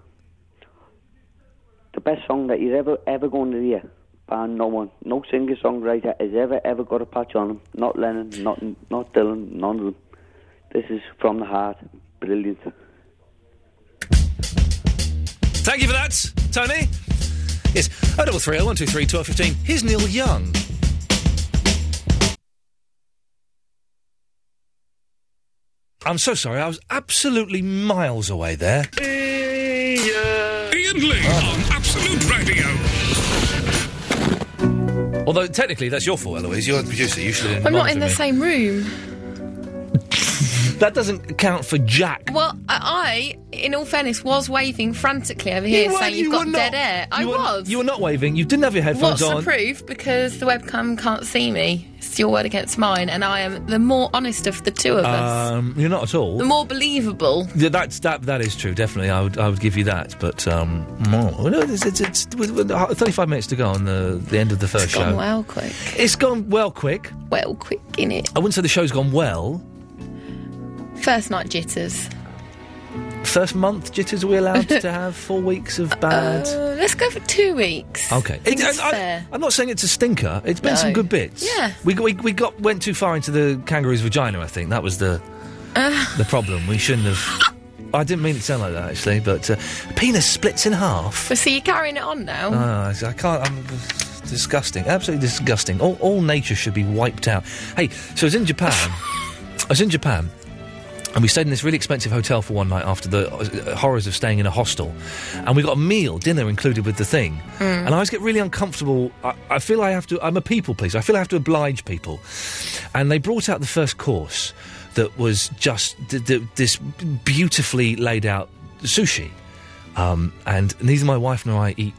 S6: The best song that he's ever ever going to hear by no one. No singer songwriter has ever ever got a patch on him. Not Lennon, not not Dylan, none of them. This is from the heart. Brilliant.
S1: Thank you for that, Tony. Yes. Oh, double three. Oh, one, two, three, twelve, fifteen. Here's Neil Young. I'm so sorry. I was absolutely miles away there.
S5: Ian Lee on Absolute Radio.
S1: Although technically that's your fault, Eloise. You're the producer. You should. have
S2: I'm not in the
S1: monitored
S2: same room.
S1: me. That doesn't count for Jack.
S2: Well, I, I, in all fairness, was waving frantically over here
S1: You weren't,
S2: saying you've
S1: you
S2: got
S1: were
S2: dead
S1: not.
S2: air. I
S1: you were-
S2: was.
S1: you were not waving. You didn't have your headphones
S2: What's
S1: on.
S2: the proof? Because the webcam can't see me. It's your word against mine, and I am the more honest of the two of us.
S1: Um, you're not at all.
S2: The more believable.
S1: Yeah, that's that. That is true. Definitely, I would. I would give you that. But um, no, Well, no, it's, it's, it's with, with, uh, thirty-five minutes to go on the the end of the first
S2: It's
S1: show.
S2: gone well quick.
S1: It's gone well quick.
S2: Well quick, in it.
S1: I wouldn't say the show's gone well.
S2: First night jitters.
S1: First month jitters. Are we allowed to have four weeks of bad?
S2: Uh, let's go for two weeks.
S1: Okay,
S2: think
S1: It-
S2: it's fair.
S1: I, am not saying it's a stinker. It's been
S2: No.
S1: some good bits.
S2: Yeah.
S1: we, we we got went too far into the kangaroo's vagina. I think that was the
S2: Uh,
S1: the problem. We shouldn't have. I didn't mean it to sound like that actually, but uh, penis splits in half.
S2: but so you're carrying it on now.
S1: No, Ah, I, I can't. I'm disgusting. Absolutely disgusting. All, all nature should be wiped out. Hey, so I was in Japan. I was in Japan. And we stayed in this really expensive hotel for one night after the uh, horrors of staying in a hostel. And we got a meal, dinner included with the thing.
S8: Mm.
S1: And I always get really uncomfortable. I, I feel I have to, I'm a people pleaser. I feel I have to oblige people. And they brought out the first course that was just th- th- this beautifully laid out sushi. Um, and neither my wife nor I eat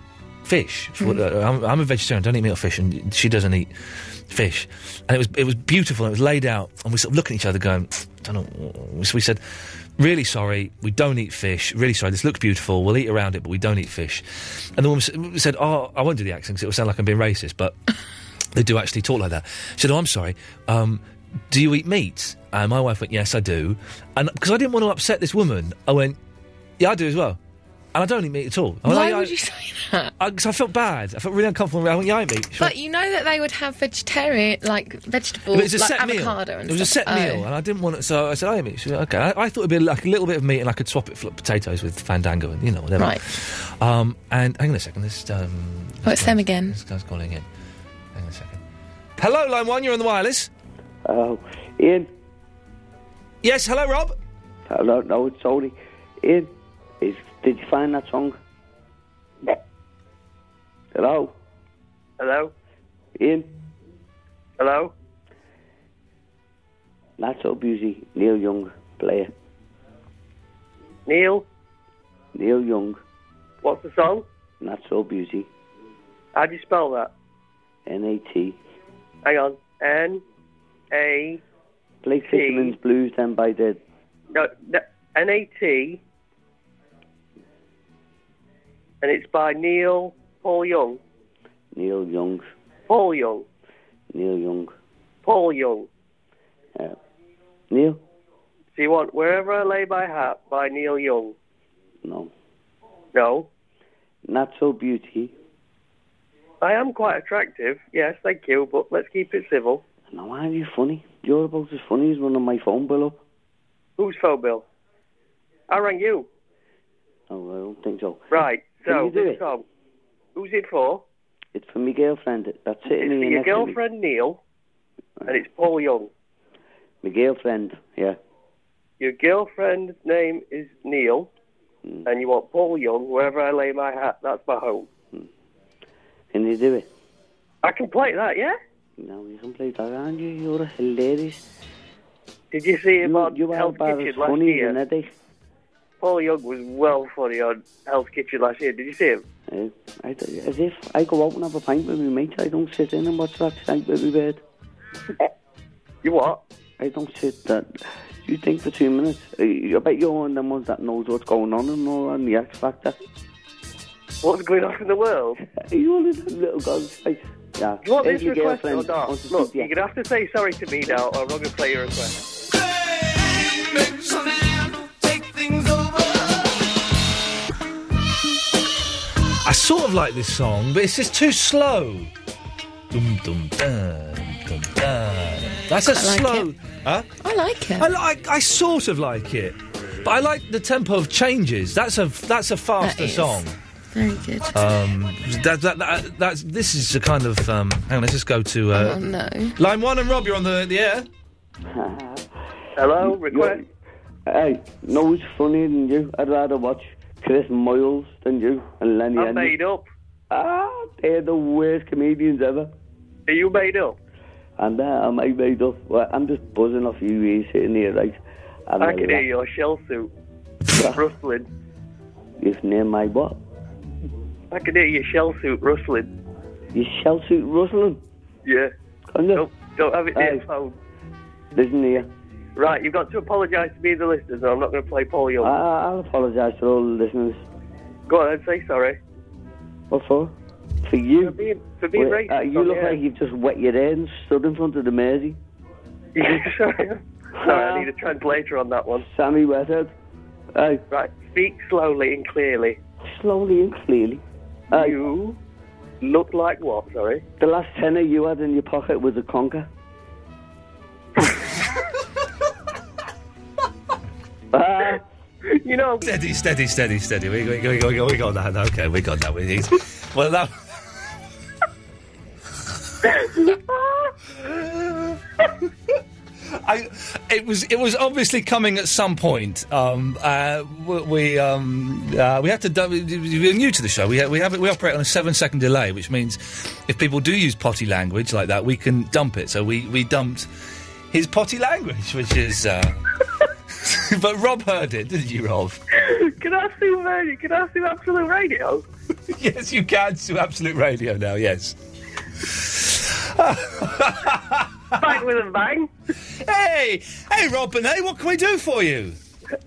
S1: fish. It's what-
S2: Mm.
S1: uh, I'm, I'm a vegetarian. Don't eat meat or fish, and she doesn't eat fish. And it was it was beautiful. And it was laid out, and we sort of looked at each other, going, "Don't know." So we said, "Really sorry, we don't eat fish. Really sorry. This looks beautiful. We'll eat around it, but we don't eat fish." And the woman s- said, "Oh, I won't do the accent 'cause it will sound like I'm being racist, but they do actually talk like that." She said, "Oh, I'm sorry. Um, do you eat meat?" And my wife went, "Yes, I do." And because I didn't want to upset this woman, I went, "Yeah, I do as well." And I don't eat meat at all. I went,
S2: Why
S1: "I-
S2: would you say that?
S1: because I, felt bad. I felt really uncomfortable. I went, yeah, I ate meat. She
S2: But you know that they would have vegetarian, like vegetables,
S1: went, it was a
S2: like
S1: set
S2: avocado
S1: meal.
S2: and
S1: it was a
S2: stuff. Oh,
S1: set meal, and I didn't want it, so I said, "Oh, "I ate meat." She went, "Okay." I, I thought it'd be like a little bit of meat, and I could swap it for like, potatoes with fandango and you know whatever.
S2: Right.
S1: Um, and hang on a second. This um,
S2: Oh, it's them again.
S1: this guy's calling in. Hang on a second. Hello, line one. You're on the wireless.
S6: Oh, Ian.
S1: Yes. Hello, Rob.
S6: Hello, no, it's Tony. Ian, is, did you find that song? Hello,
S10: Hello?
S6: Ian.
S10: Hello?
S6: That's all Busey, Neil Young, player.
S18: Neil,
S6: Neil Young,
S18: what's the song?
S6: and that's all Busey.
S18: How do you spell that?
S6: N A T.
S18: Hang on. N A
S6: Blake Fisherman's Blues then by the
S18: no, no N A T, and it's by Neil Paul Young.
S6: Neil Young.
S18: Paul Young.
S6: Neil Young.
S18: Paul Young.
S6: Uh, Neil?
S18: So you want Wherever I Lay My Hat by Neil Young?
S6: No.
S18: No.
S6: Natural Beauty.
S18: I am quite attractive. Yes, thank you, but let's keep it civil.
S6: Now, why are you funny? You're about as funny as running my phone bill up.
S18: Who's phone bill? I rang you.
S6: Oh, I don't think so.
S18: Right.
S6: Can
S18: So
S6: you do
S18: this
S6: it?
S18: song. Who's it for?
S6: It's for my girlfriend. That's it.
S18: It's for your girlfriend Neil, and it's Paul Young.
S6: My girlfriend, yeah.
S18: Your girlfriend's name is Neil,
S6: Hmm.
S18: and you want Paul Young. Wherever I lay my hat, that's my home.
S6: Can you do it?
S18: I can play that, yeah.
S6: No, you can play that, aren't you? You're hilarious.
S18: Did you see him on
S6: You are
S18: Hell's
S6: about as
S18: Kitchen last
S6: funny as an
S18: year?
S6: headache.
S18: Paul Young was well funny on Hell's Kitchen last year. Did you see him?
S6: Uh, I d as if I go out and have a pint with my mates, I don't sit in and watch that shite with my bed.
S18: You what?
S6: I don't sit that. You think for two minutes. Uh, I bet you're one of them ones that knows what's going on and all and the X Factor.
S18: What's going on in the world?
S6: you all in little guys. I, yeah.
S18: Do you want this
S6: Every
S18: request or
S6: girlfriend
S18: not?
S6: wants to
S18: Look,
S6: speak, yeah.
S18: you're gonna have to say sorry to me now, or I'm gonna play your request.
S1: I sort of like this song, but it's just too slow. Dum, dum, dum, dum, dum. That's a
S2: I like
S1: slow.
S2: it.
S1: Huh?
S2: I like it.
S1: I, li- I, I sort of like it, but I like the tempo of changes. That's a that's a faster
S2: is.
S1: song.
S2: Very good.
S1: Um, that, that, that, that's this is a kind of um, hang on. Let's just go to uh,
S2: oh no.
S1: line one and Rob. You're on the the air.
S18: Hello,
S6: request. Hey, no one's funnier than you. I'd rather watch Chris Moyles than you and Lenny
S18: I'm
S6: Henry.
S18: made up.
S6: Ah, they're the worst comedians ever.
S18: Are you made up?
S6: And uh, I'm I made up. Well, I'm just buzzing off you here, sitting here, right? And
S18: I can hear your shell suit rustling.
S6: If near my what?
S18: I can hear your shell suit rustling.
S6: Your shell suit rustling.
S18: Yeah.
S6: Come here.
S18: Don't have it near the
S6: Hey.
S18: phone.
S6: Listen here.
S18: Right, you've got to apologise to me, the listeners, or I'm not going to play Paul
S6: I,
S18: Young.
S6: I- I'll apologise to all the listeners.
S18: Go on, and say sorry.
S6: What for? For you.
S18: For being, for being
S6: Wait,
S18: racist.
S6: uh, you
S18: on
S6: look
S18: the air.
S6: like you've just wet your head and stood in front of the Mersey.
S18: Yeah, sorry. sorry, I need a translator on that one.
S6: Sammy Wethead. Hey,
S18: Right, speak slowly and clearly.
S6: slowly and clearly. Hey.
S18: You look like what, sorry?
S6: The last tenner you had in your pocket was a conker. Ah.
S18: Uh, you know.
S1: Steady, steady, steady, steady. We, we, we, we, we got that. Okay, we got that. We need. Well, that. I, it was it was obviously coming at some point. Um, uh, w- we um, uh, we have to do- we- we- we're new to the show. We ha- we have we operate on a seven second delay, which means if people do use potty language like that, we can dump it. So we we dumped his potty language, which is. Uh, but Rob heard it, didn't you, Rob?
S18: Can I sue Verdi? Can I sue Absolute Radio?
S1: yes, you can to Absolute Radio now. Yes.
S18: Bang with a bang.
S1: Hey, hey, Rob, and hey, what can we do for you?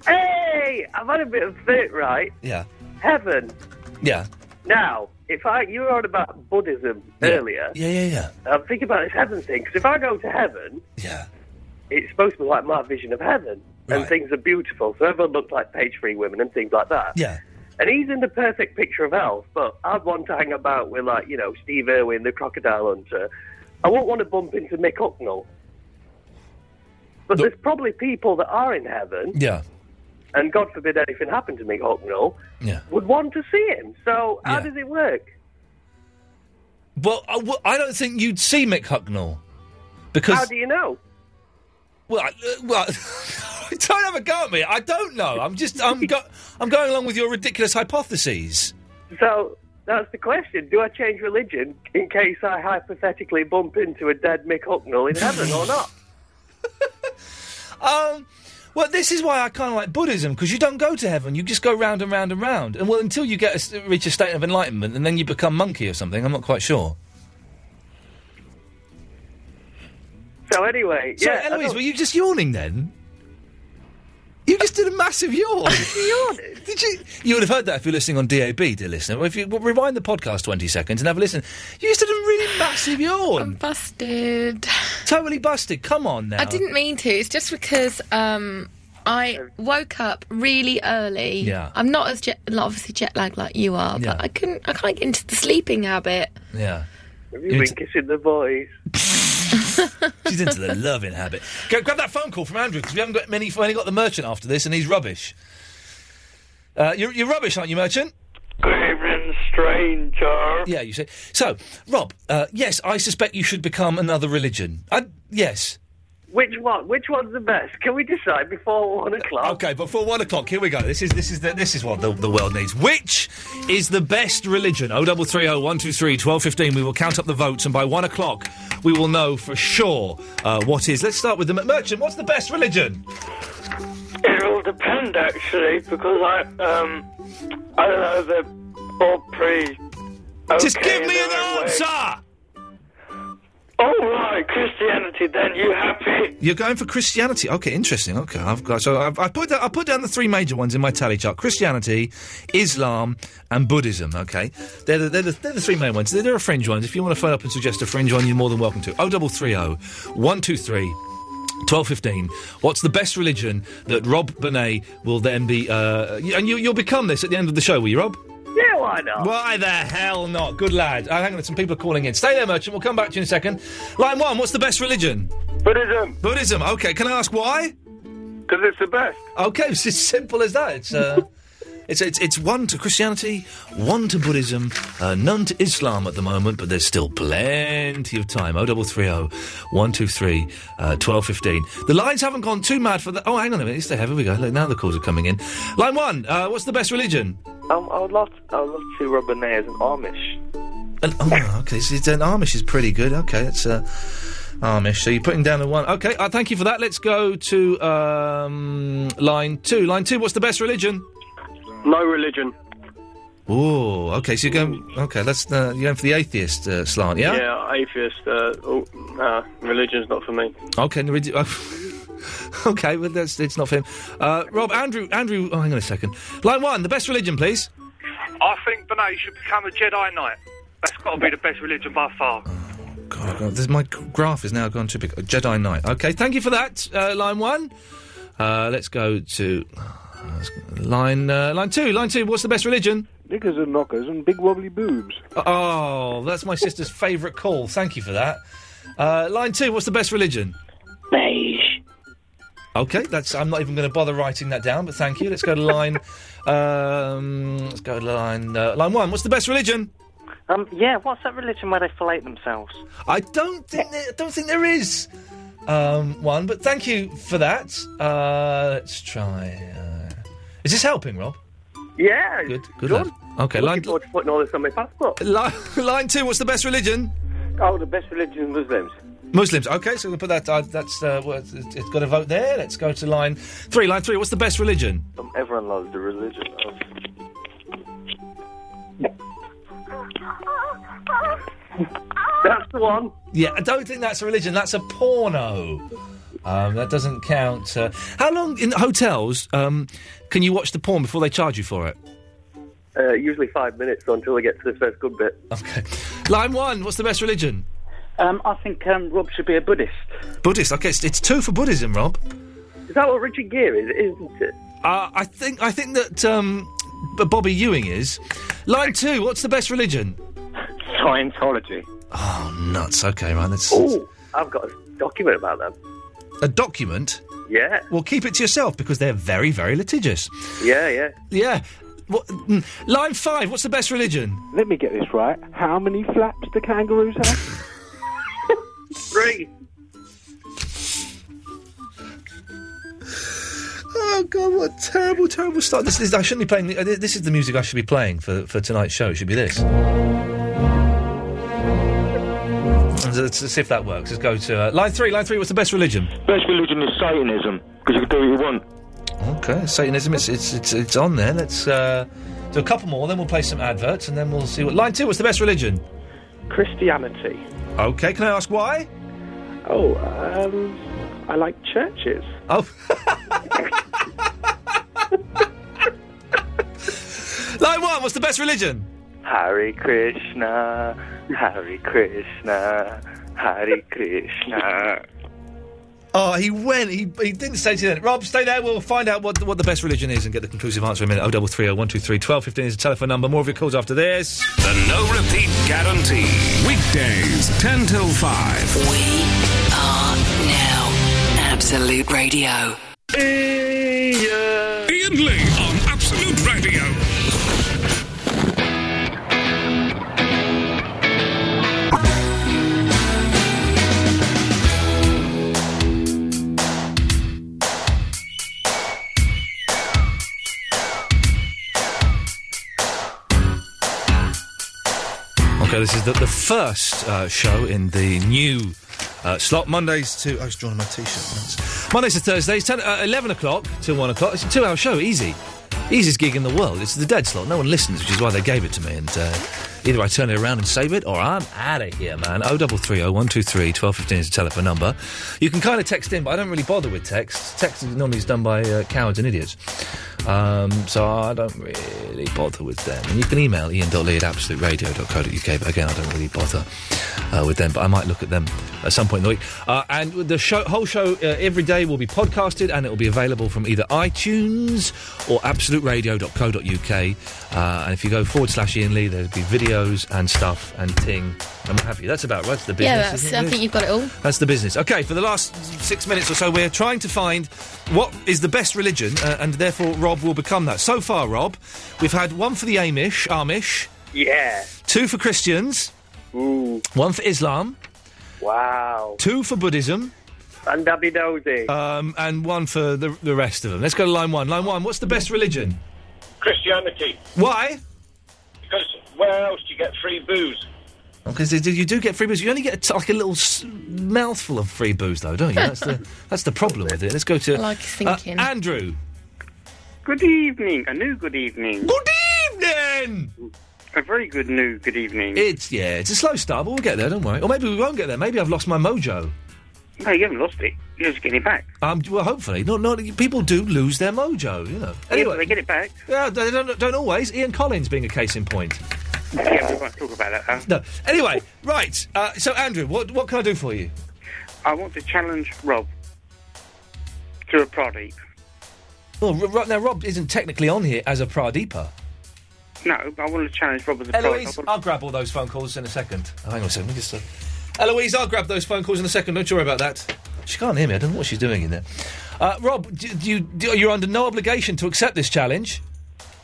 S18: Hey, I've had a bit of fit, right?
S1: Yeah,
S18: Heaven.
S1: yeah,
S18: Now, if I you were on about Buddhism earlier,
S1: yeah, yeah, yeah.
S18: I'm thinking about this heaven thing because if I go to heaven,
S1: yeah,
S18: it's supposed to be like my vision of heaven, and things are beautiful. So everyone looks like page-free women and things like that.
S1: Yeah.
S18: And he's in the perfect picture of health, but I'd want to hang about with like you know Steve Irwin, the crocodile hunter. I wouldn't want to bump into Mick Hucknall. But there's probably people that are in heaven
S1: yeah.
S18: and God forbid anything happened to me, Hucknall,
S1: Yeah.
S18: would want to see him. So how
S1: Yeah.
S18: does it work?
S1: Well, I, well, I don't think you'd see Mick Hucknall because
S18: how do you know?
S1: well, I, uh, well, don't have a go at me. I don't know. I'm just I'm go, I'm going along with your ridiculous hypotheses.
S18: So that's the question. Do I change religion in case I hypothetically bump into a dead Mick Hucknall in heaven or not?
S1: Um, well, this is why I kind of like Buddhism because you don't go to heaven; you just go round and round and round. And well, until you get a s reach a state of enlightenment, and then you become monkey or something. I'm not quite sure.
S18: So anyway,
S1: So,
S18: yeah. I
S1: Eloise,
S18: don't-
S1: were you just yawning then? You just did a massive yawn. did you? You would have heard that if you're listening on DAB, dear listener. If you well, rewind the podcast 20 seconds and have a listen, you just did a really massive yawn. I'm
S2: busted.
S1: Totally busted. Come on now.
S2: I didn't mean to. It's just because um, I woke up really early.
S1: Yeah.
S2: I'm not as jet, not obviously jet lagged like you are,
S1: Yeah.
S2: but I couldn't. I can't get into the sleeping habit.
S1: Yeah.
S18: Have you been kissing the boys?
S1: She's into the loving habit. Go grab that phone call from Andrew because we haven't got many. We only got the merchant after this, and he's rubbish. Uh, you're, you're rubbish, aren't you, merchant? stranger. Yeah, you say. So, Rob, uh, yes, I suspect you should become another religion. I, yes.
S18: Which one? Which one's the best? Can we decide before one o'clock?
S1: Okay, before one o'clock, here we go. This is this is the, this is what the, the world needs. Which is the best religion? Oh, double three oh one two three twelve fifteen. We will count up the votes, and by one o'clock, we will know for sure uh, what is. Let's start with the mer- merchant. What's the best religion?
S3: It'll depend actually, because I um I don't know they're all pretty.
S1: Just
S3: okay
S1: give
S3: in
S1: me
S3: their
S1: an
S3: own way.
S1: answer!
S3: All right, Christianity. Then you happy?
S1: You're going for Christianity. Okay, interesting. Okay, I've got so I've, I put that, I put down the three major ones in my tally chart: Christianity, Islam, and Buddhism. Okay, they're the, they're the, they're the three main ones. They're, they're fringe ones. If you want to phone up and suggest a fringe one, you're more than welcome to. O double three O, one two three. 1215. What's the best religion that Rob Bonet will then be. Uh, y- and you, you'll become this at the end of the show, will you, Rob?
S18: Yeah, why not?
S1: Why the hell not? Good lad. Uh, hang on, some people are calling in. Stay there, merchant. We'll come back to you in a second. Line one, what's the best religion?
S3: Buddhism.
S1: Buddhism. Okay, can I ask why?
S3: Because it's the best.
S1: Okay, it's as simple as that. It's, uh, it's, it's, it's one to Christianity, one to Buddhism, uh, none to Islam at the moment, but there's still plenty of time. Oh, 0330 123 uh, 1215. The lines haven't gone too mad for the. Oh, hang on a minute. Yes, they have. Here we go. Look, now the calls are coming in. Line one, uh, what's the best religion?
S23: Um, I would love to, I would love to see Robin Nair as an Amish.
S1: An, oh, okay. So it's an Amish is pretty good. Okay, that's uh, Amish. So you're putting down a one. Okay, uh, thank you for that. Let's go to um, line two. Line two. What's the best religion?
S8: No religion.
S1: Oh, okay. So you're going. Okay, that's uh, you're going for the atheist uh, slant, yeah?
S8: atheist. Uh, oh, nah, religion's not for me.
S1: Okay. no, we do- okay, well that's it's not for him. Uh, Rob, Andrew, Andrew. Oh, hang on a second. Line one. The best religion, please.
S9: I think Benet should become a Jedi Knight. That's got to be the best religion by far.
S1: Oh, God, God, this, my g- graph is now gone too big. Jedi Knight. Okay, thank you for that. Uh, line one. Uh, let's go to let's go- line uh, line two. Line two. What's the best religion?
S24: Knickers and knockers and big wobbly boobs.
S1: Oh, that's my sister's favourite call. Thank you for that. Uh, line two. What's the best religion?
S8: Beige.
S1: Okay, that's. I'm not even going to bother writing that down, but thank you. Let's go to line. um, let's go to line uh, line one. What's the best religion?
S23: Um, yeah, what's that religion where they fillet themselves?
S1: I don't think there, I don't think there is um, one, but thank you for that. Uh, let's try. Uh, is this helping, Rob?
S18: Yeah.
S1: Good. Good.
S18: Good.
S1: lad. Okay.
S18: Looking
S1: Line,
S18: forward to putting all this on my passport.
S1: line line two. What's the best religion?
S23: Oh, the best religion is Muslims.
S1: Muslims. Okay, so we'll put that. Uh, that's uh, well, it's, it's got a vote there. Let's go to line three. Line three. What's the best religion?
S23: Um, everyone loves the religion of.
S18: That's the one.
S1: Yeah, I don't think that's a religion. That's a porno. Um, that doesn't count. Uh, how long in hotels um, can you watch the porn before they charge you for it?
S18: Uh, usually five minutes until I get to the first good bit.
S1: Okay. Line one. What's the best religion?
S8: Um, I think um, Rob should be a Buddhist.
S1: Buddhist. Okay, it's, it's two for Buddhism, Rob.
S18: Is that what Richard Gere is? Isn't it?
S1: Uh, I think I think that um, B- Bobby Ewing is. Line two. What's the best religion?
S23: Scientology.
S1: Oh, nuts. Okay, right. That's
S18: Oh, I've got a document about them.
S1: a document.
S18: Yeah.
S1: Well, keep it to yourself because they're very, very litigious.
S18: Yeah, yeah.
S1: Yeah. What, mm, line five. What's the best religion?
S24: Let me get this right. How many flaps do kangaroos have?
S18: Three.
S1: Oh God! What a terrible, terrible start. This is. I shouldn't be playing. the- uh, thi- This is the music I should be playing for for tonight's show. It should be this. Let's, let's see if that works. Let's go to uh, line three. Line three. What's the best religion?
S25: Best religion is Satanism.
S1: Because you can do what you want. Okay, Satanism, it's, it's, it's, it's on there. Let's uh, do a couple more, then we'll play some adverts, and then we'll see what. Line two, what's the best religion?
S11: Christianity.
S1: Okay, can I ask why?
S11: Oh, um, I like churches.
S1: Oh. Line one, what's the best religion?
S12: Hare Krishna, Hare Krishna, Hare Krishna.
S1: Oh, he went. He, he didn't stay to the end. Rob, stay there. We'll find out what what the best religion is and get the conclusive answer in a minute. 0330 123 1215 is the telephone number. More of your calls after this.
S5: The no repeat guarantee. Weekdays, 10 till 5.
S21: We are now Absolute Radio.
S5: Ian Lee on Absolute Radio.
S1: Okay, this is the, the first uh, show in the new uh, slot. Mondays to. I was drawing on my t shirt. That's- Mondays to Thursdays, 10, uh, 11 o'clock till 1 o'clock. It's a two hour show, easy. Easiest gig in the world. It's the dead slot. No one listens, which is why they gave it to me. And uh, either I turn it around and save it, or I'm out of here, man. 0330 123 1215 is the telephone number. You can kind of text in, but I don't really bother with text. Text is normally is done by uh, cowards and idiots. Um, so I don't really bother with them. And you can email ian.lee at absoluteradio.co.uk, but again, I don't really bother uh, with them. But I might look at them at some point in the week. Uh, and the show, whole show uh, every day will be podcasted and it will be available from either iTunes or absoluteradio.co.uk. Uh, and if you go forward slash Ian Lee, there'll be videos and stuff and ting and what have you. That's about right. That's the business.
S2: yeah, that's,
S1: isn't it?
S2: I think you've got it all.
S1: That's the business. Okay, for the last six minutes or so, we're trying to find what is the best religion, uh, and therefore Rob will become that. So far, Rob, we've had one for the Amish, Amish,
S18: Yeah.
S1: two for Christians, one for Islam,
S18: Wow.
S1: two for Buddhism,
S18: And Dabby Dozy.
S1: um, and one for the, the rest of them. Let's go to line one. Line one, what's the best religion?
S13: Christianity.
S1: Why?
S13: Because where else do you get free booze?
S1: Because you do get free booze. You only get a t- like a little s- mouthful of free booze, though, don't you? That's the that's the problem with it. Let's go to
S13: Like thinking.
S1: uh, Andrew.
S13: Good evening. A new good evening.
S1: Good evening!
S13: A very good new good evening.
S1: It's yeah, it's a slow start, but we'll get there. Don't worry. Or maybe we won't get there. Maybe I've lost my mojo.
S13: No, you haven't lost it. You're just getting it back.
S1: Um, well, hopefully, not. Not people do lose their mojo, you know. Anyway,
S13: Yeah, they get it back.
S1: yeah, they don't, don't always. Ian Collins being a case in point.
S13: Yeah, we won't talk about that, huh?
S1: No. Anyway, right. Uh, so, Andrew, what what can I do for you?
S13: I want to challenge Rob to a party.
S1: Well, Oh, r- right now Rob isn't technically on here as a Pradeepa.
S13: No, I want to challenge Rob as a
S1: Eloise,
S13: party.
S1: I'll grab all those phone calls in a second. Oh, hang on a second. Let me just, uh, Eloise, I'll grab those phone calls in a second. Don't you worry about that. She can't hear me. I don't know what she's doing in there. Uh, Rob, do, do you, do, you're under no obligation to accept this challenge.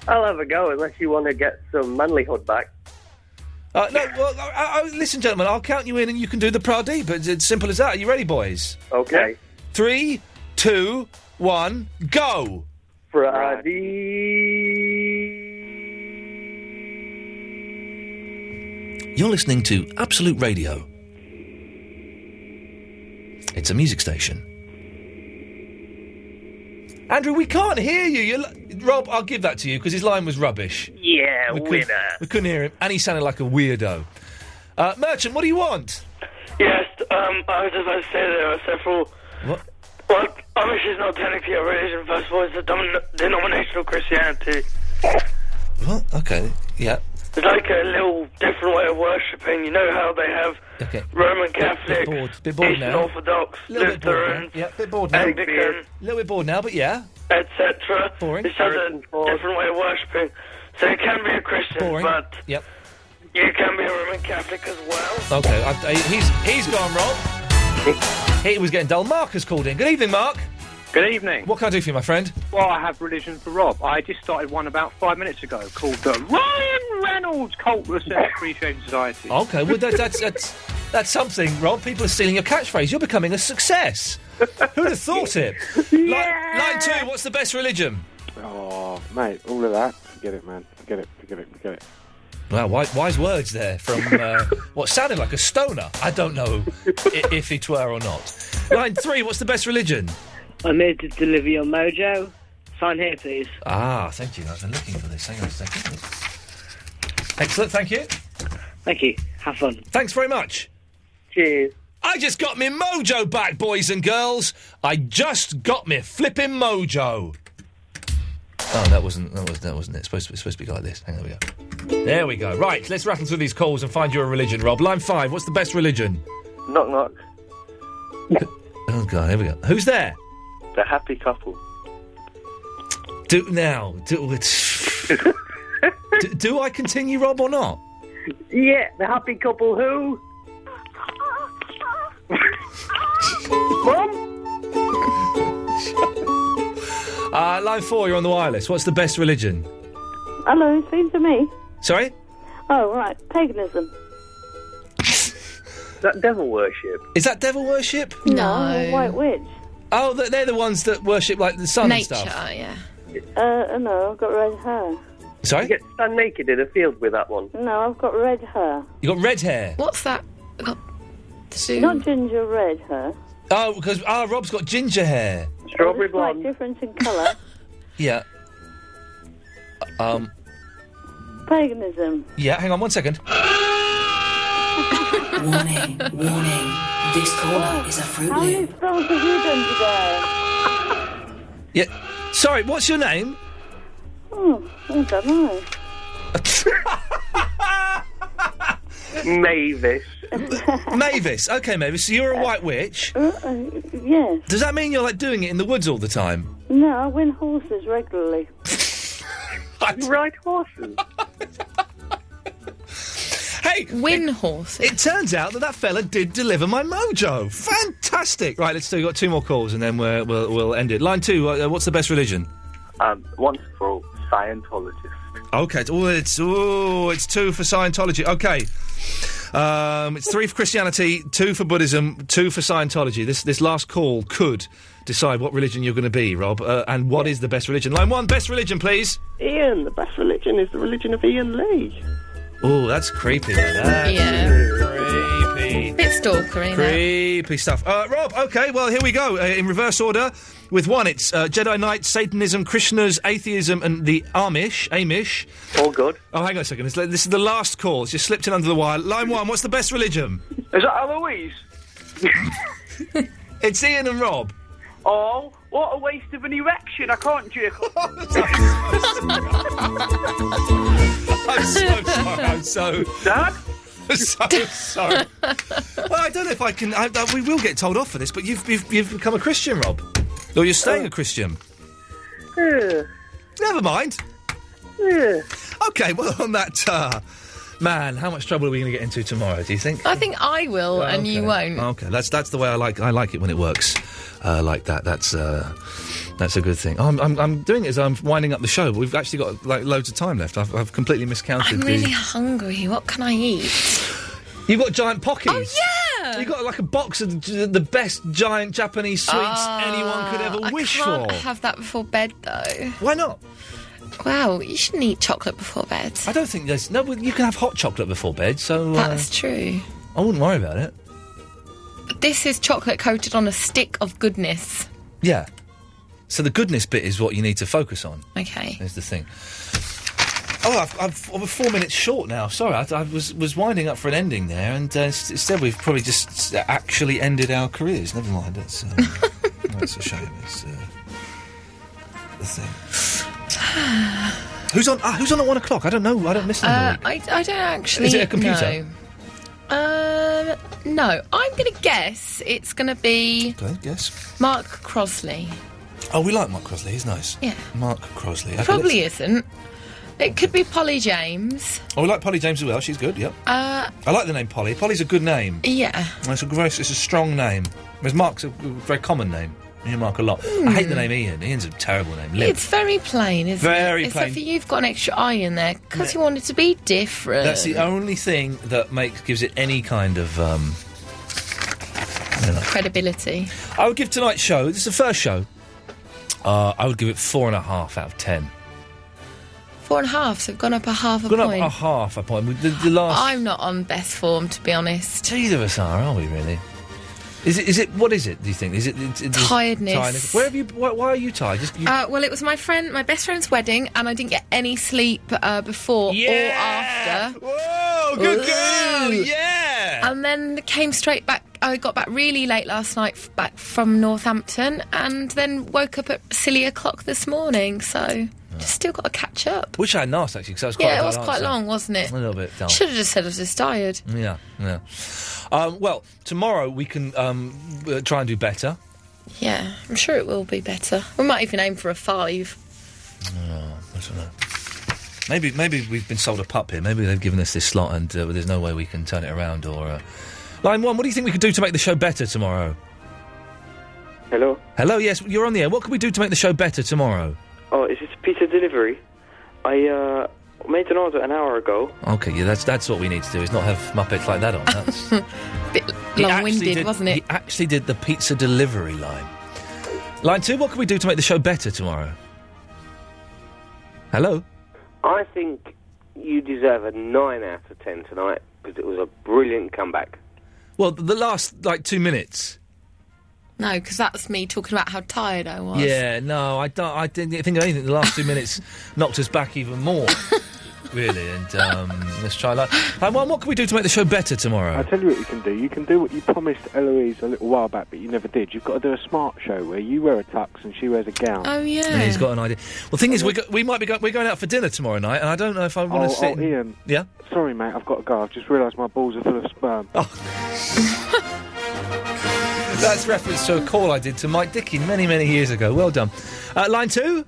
S18: I'll have a go unless you want to get some manlyhood back.
S1: Uh, no, well, I, I, listen, gentlemen, I'll count you in and you can do the Pradeep. It's as simple as that. Are you ready, boys?
S18: Okay.
S1: Three, two, one, go! You're listening to Absolute Radio. It's a music station. Andrew, we can't hear you. You're li- Rob, I'll give that to you because his line was rubbish.
S13: Yeah,
S1: we couldn't, we couldn't hear him, and he sounded like a weirdo. Uh, Merchant, what do you want?
S3: Yes, um, I was just about to say there are several.
S1: What?
S3: Well, Amish is not technically a religion, first of all, it's a domin- denominational Christianity.
S1: Well, okay, yeah.
S3: It's like a little different way of worshipping. You know how they have
S1: Okay.
S3: Roman Catholic,
S1: bored- bit bored
S3: Eastern
S1: now.
S3: Orthodox,
S1: Little bit bored
S3: Lutheran,
S1: now. Yeah, bit bored now.
S3: Anglican,
S1: A little bit bored now, but yeah.
S3: etc.
S1: Boring.
S3: It's just a different way of worshipping. So you can be a Christian,
S1: Boring.
S3: but
S1: Yep.
S3: you can be a Roman Catholic as well.
S1: Okay, I, I, he's he's gone, Rob. He was getting dull. Mark has called in. Good evening, Mark.
S14: Good evening.
S1: What can I do for you, my friend?
S14: Well, I have religion for Rob. I just started one about five minutes ago called the Ryan Reynolds Cult Research Appreciation Society.
S1: Okay, well that, that's that's that's something, Rob. People are stealing your catchphrase. You're becoming a success. Who'd have thought it? Li- line two. What's the best religion?
S24: Oh, mate, all of that. Forget it, man. Forget it, forget it, forget it.
S1: Wow, wise, wise words there from uh, what sounded like a stoner. I don't know i- if it were or not. Line three. What's the best religion?
S15: I'm here to deliver your mojo. Sign here, please.
S1: Ah, thank you. I've been looking for this. Hang on a second. Excellent. Thank you.
S15: Thank you. Have fun.
S1: Thanks very much.
S15: Cheers.
S1: I just got me mojo back, boys and girls. I just got me flipping mojo. Oh, that wasn't that was that wasn't it. It's supposed to be supposed to be like this. Hang on, there we go. There we go. Right, let's rattle through these calls and find you a religion, Rob. Line five. What's the best religion?
S22: Knock knock.
S1: Oh god, here we go. Who's there?
S22: The happy couple.
S1: Do now. Do it's. do, do I continue, Rob, or not?
S15: Yeah, the happy couple who?
S1: Mum. Uh, line four. You're on the wireless. What's the best religion?
S16: Hello, seems to me.
S1: Sorry,
S16: Oh, right, paganism.
S1: that devil worship. Is that devil worship?
S16: No, white witch.
S1: Oh, th- they're the ones that worship like the sun
S15: Nature,
S1: and stuff.
S15: yeah.
S16: Uh, no, I've got red hair.
S1: Sorry,
S15: You
S22: Stand naked in a field with that one.
S16: No, I've got red hair.
S1: you got red hair.
S15: What's that?
S16: Not ginger red hair.
S1: Oh, because ah, Rob's got ginger hair.
S16: Strawberry blonde. Quite different in colour.
S1: Yeah. Um.
S16: paganism.
S1: Yeah. Hang on one second.
S21: warning, warning. This caller is a fruit
S16: How many
S21: loop.
S16: spells have you done today?
S1: Yeah. Sorry. What's your name?
S16: Oh, I don't know.
S22: Mavis.
S1: Mavis. Okay, Mavis. So you're a white witch.
S16: Uh, uh, yeah.
S1: Does that mean you're like doing it in the woods all the time?
S16: No, I win horses regularly.
S1: you
S16: ride horses?
S1: Hey,
S2: win horse.
S1: It turns out that that fella did deliver my mojo. Fantastic. Right, let's do. We've got two more calls and then we're, we'll we'll end it. Line two. Uh, what's the best religion?
S22: Um, once for all, Scientologist.
S1: Okay. Oh, it's oh, it's two for Scientology. Okay. Um, it's three for Christianity, two for Buddhism, two for Scientology. This this last call could decide what religion you're going to be, Rob, uh, and what is the best religion. Line one, best religion, please.
S19: Ian, the best religion is the religion of Ian Lee.
S1: Oh, that's creepy. That's
S2: Yeah.
S1: creepy.
S2: Bit stalkery. that.
S1: Creepy stuff. Uh, Rob, okay, well, here we go. Uh, in reverse order, with one, it's uh, Jedi Knight, Satanism, Krishna's atheism, and the Amish. Amish. All good. Oh, hang on a second. It's, like- this is the last call. It's just slipped in under the wire. Line one, what's the best religion?
S13: Is that Eloise?
S1: it's Ian and Rob.
S13: Oh, what a waste of an erection. I can't jerk
S1: I'm so sorry. I'm so. Dad? so sorry. well, I don't know if I can. I, I, we will get told off for this, but you've, you've, you've become a Christian, Rob. Or you're staying a Christian. Never mind. Okay, well, on that. Uh, man, how much trouble are we going to get into tomorrow, do you think?
S2: I think I will,
S1: Well,
S2: and you
S1: okay.
S2: won't.
S1: Okay, that's that's the way I like I like it when it works uh, like that. That's uh, that's a good thing. Oh, I'm, I'm I'm doing it as I'm winding up the show. but We've actually got like loads of time left. I've, I've completely miscounted.
S2: I'm
S1: the-
S2: really hungry. What can I eat?
S1: You've got giant pockets.
S2: Oh yeah.
S1: You got like a box of j- the best giant Japanese sweets anyone could ever
S2: Ah,
S1: wish
S2: I can't
S1: for.
S2: have that before bed though.
S1: Why not?
S2: Wow, you shouldn't eat chocolate before bed.
S1: I don't think there's no. well, You can have hot chocolate before bed, so uh,
S2: That's true.
S1: I wouldn't worry about it.
S2: This is chocolate coated on a stick of goodness.
S1: Yeah. So the goodness bit is what you need to focus on.
S2: Okay.
S1: Is the thing. Oh, I've, I've, I'm four minutes short now. Sorry, I, I was was winding up for an ending there, and uh, s- instead we've probably just s- actually ended our careers. Never mind. That's uh, that's a shame. It's uh, the thing. Who's on? Uh, who's on at one o'clock? I don't know. I don't listen.
S2: Uh, I, I don't actually.
S1: Is it a computer?
S2: know. Um, no. I'm going to guess it's going to be
S1: Okay, guess.
S2: Mark Crosley.
S1: Oh, we like Mark Crosley. He's nice.
S2: Yeah.
S1: Mark Crosley. Okay,
S2: Probably
S1: let's-
S2: isn't. It could be Polly James.
S1: Oh, we like Polly James as well. She's good. Yep.
S2: Uh,
S1: I like the name Polly. Polly's a good name.
S2: yeah.
S1: It's a very, it's a strong name. Whereas Mark's a very common name. You hear Mark a lot. I hate the name Ian. Ian's a terrible name. Liv.
S2: Hmm. It's very plain, isn't
S1: Very
S2: it?
S1: plain.
S2: Except for you've got an extra eye in there because you wanted to be different.
S1: That's the only thing that makes gives it any kind of. Um, I don't know.
S2: credibility.
S1: I would give tonight's show. This is the first show. Uh, I would give it four and a half out of ten.
S2: Four and a half, so I've gone up a half a
S1: Gone up
S2: point.
S1: a half a point. The, the last
S2: I'm not on best form, to be honest.
S1: either of us are, are we really? Is it? Is it? What is it? Do you think? Is it, it, it-
S2: Tiredness.
S1: Tiredness. Where have you? Why, why are you tired? Just, you,
S2: Uh, well, it was my friend, my best friend's wedding, and I didn't get any sleep uh, before or after.
S1: Whoa, good girl, yeah.
S2: And then came straight back. I got back really late last night, f- back from Northampton, and then woke up at silly o'clock this morning. So just still got to catch up.
S1: wish I hadn't asked actually, because that was quite. a
S2: yeah, it
S1: dull
S2: was quite
S1: answer.
S2: long, wasn't it?
S1: A little bit dull.
S2: Should have just said I was just tired.
S1: Yeah, yeah. Um, well, tomorrow we can um, uh, try and do better.
S2: Yeah, I'm sure it will be better. We might even aim for a five.
S1: Oh, I don't know. Maybe, maybe we've been sold a pup here. Maybe they've given us this slot, and uh, there's no way we can turn it around. Or uh... line one, what do you think we could do to make the show better tomorrow?
S4: Hello.
S1: Hello, yes, you're on the air. What can we do to make the show better tomorrow?
S4: Oh, is this pizza delivery? I uh, made an order an hour ago.
S1: Okay, yeah, that's that's what we need to do. Is not have Muppets like that on. That's He
S2: bit
S1: actually
S2: long-winded,
S1: did-
S2: wasn't it?
S1: He actually did the pizza delivery line. Line two, what can we do to make the show better tomorrow? Hello.
S23: I think you deserve a 9 out of 10 tonight because it was a brilliant comeback.
S1: Well, th- the last like two minutes.
S2: No, because that's me talking about how tired I was.
S1: Yeah, no, I don't. I didn't think of anything. The last two minutes knocked us back even more. really, and um, let's try line. line one, what can we do to make the show better
S24: I
S1: tomorrow?
S24: tell you what you can do. You can do what you promised Eloise a little while back, but you never did. You've got to do a smart show where you wear a tux and she wears a gown.
S2: Oh yeah.
S1: And he's got an idea. Well, thing is, we go- we might be go- we're going out for dinner tomorrow night, and I don't know if I want
S24: Oh,
S1: to sit.
S24: oh,
S1: and-
S24: Ian.
S1: Yeah.
S24: Sorry, mate. I've got to go. I've just realised my balls are full of sperm.
S1: Oh. That's reference to a call I did to Mike Dickin many, many years ago. Well done. Uh, line two.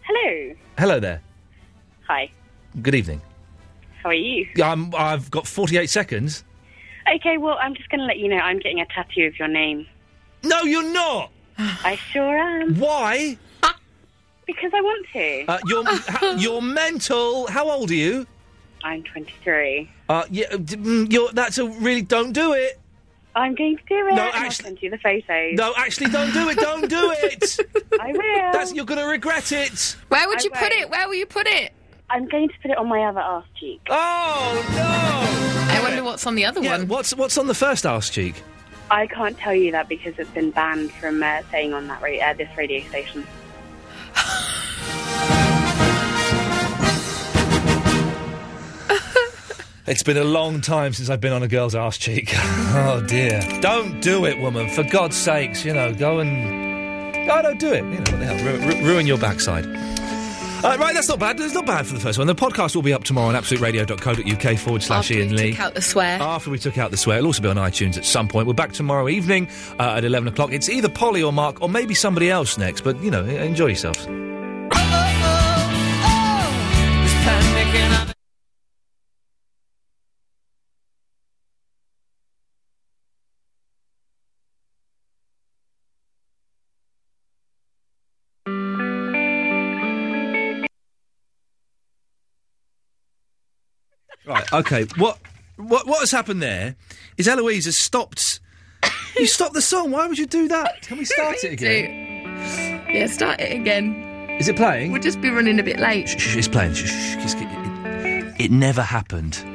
S7: Hello.
S1: Hello there.
S7: Hi.
S1: Good evening.
S7: How are you?
S1: Um, I've got 48 seconds.
S7: Okay, well, I'm just going to let you know I'm getting a tattoo of your name.
S1: No, you're not.
S7: I sure am.
S1: Why?
S7: Because I want to.
S1: Uh, you're, ha- you're mental. How old are you?
S7: I'm 23.
S1: Uh, yeah, uh, d- mm, you're, that's a really. Don't do it.
S7: I'm going to do it.
S1: No,
S7: and I'll
S1: actually-
S7: send you the eh? photos.
S1: No, actually, don't do it. Don't do it.
S7: I will.
S1: That's, you're going to regret it.
S7: Where would you put it? Where will you put it? I'm going to put it on my other arse cheek.
S1: Oh no!
S7: I wonder what's on the other
S1: Yeah, what's, what's on the first arse cheek?
S7: I can't tell you that because it's been banned from uh, saying on that ra- uh, this radio station.
S1: It's been a long time since I've been on a girl's arse cheek. oh dear. Don't do it, woman. For God's sakes, you know, go and. No, don't do it. You know, what the hell? Ru- ru- ruin your backside. Uh, right, that's not bad. That's not bad for the first one. The podcast will be up tomorrow on absoluteradio.co.uk forward slash Ian Lee.
S2: Took out the swear.
S1: After we took out the swear, it'll also be on iTunes at some point. We're back tomorrow evening uh, at 11 o'clock. It's either Polly or Mark or maybe somebody else next, but you know, e-, enjoy yourselves. Right, okay. What what what has happened there is Eloise has stopped. you stopped the song. Why would you do that? Can we start it again?
S2: Yeah, start it again.
S1: Is it playing?
S2: We'll just be running a bit late.
S1: Shh, shh, it's playing. Shh, shh, shh, just- it, it- it never happened.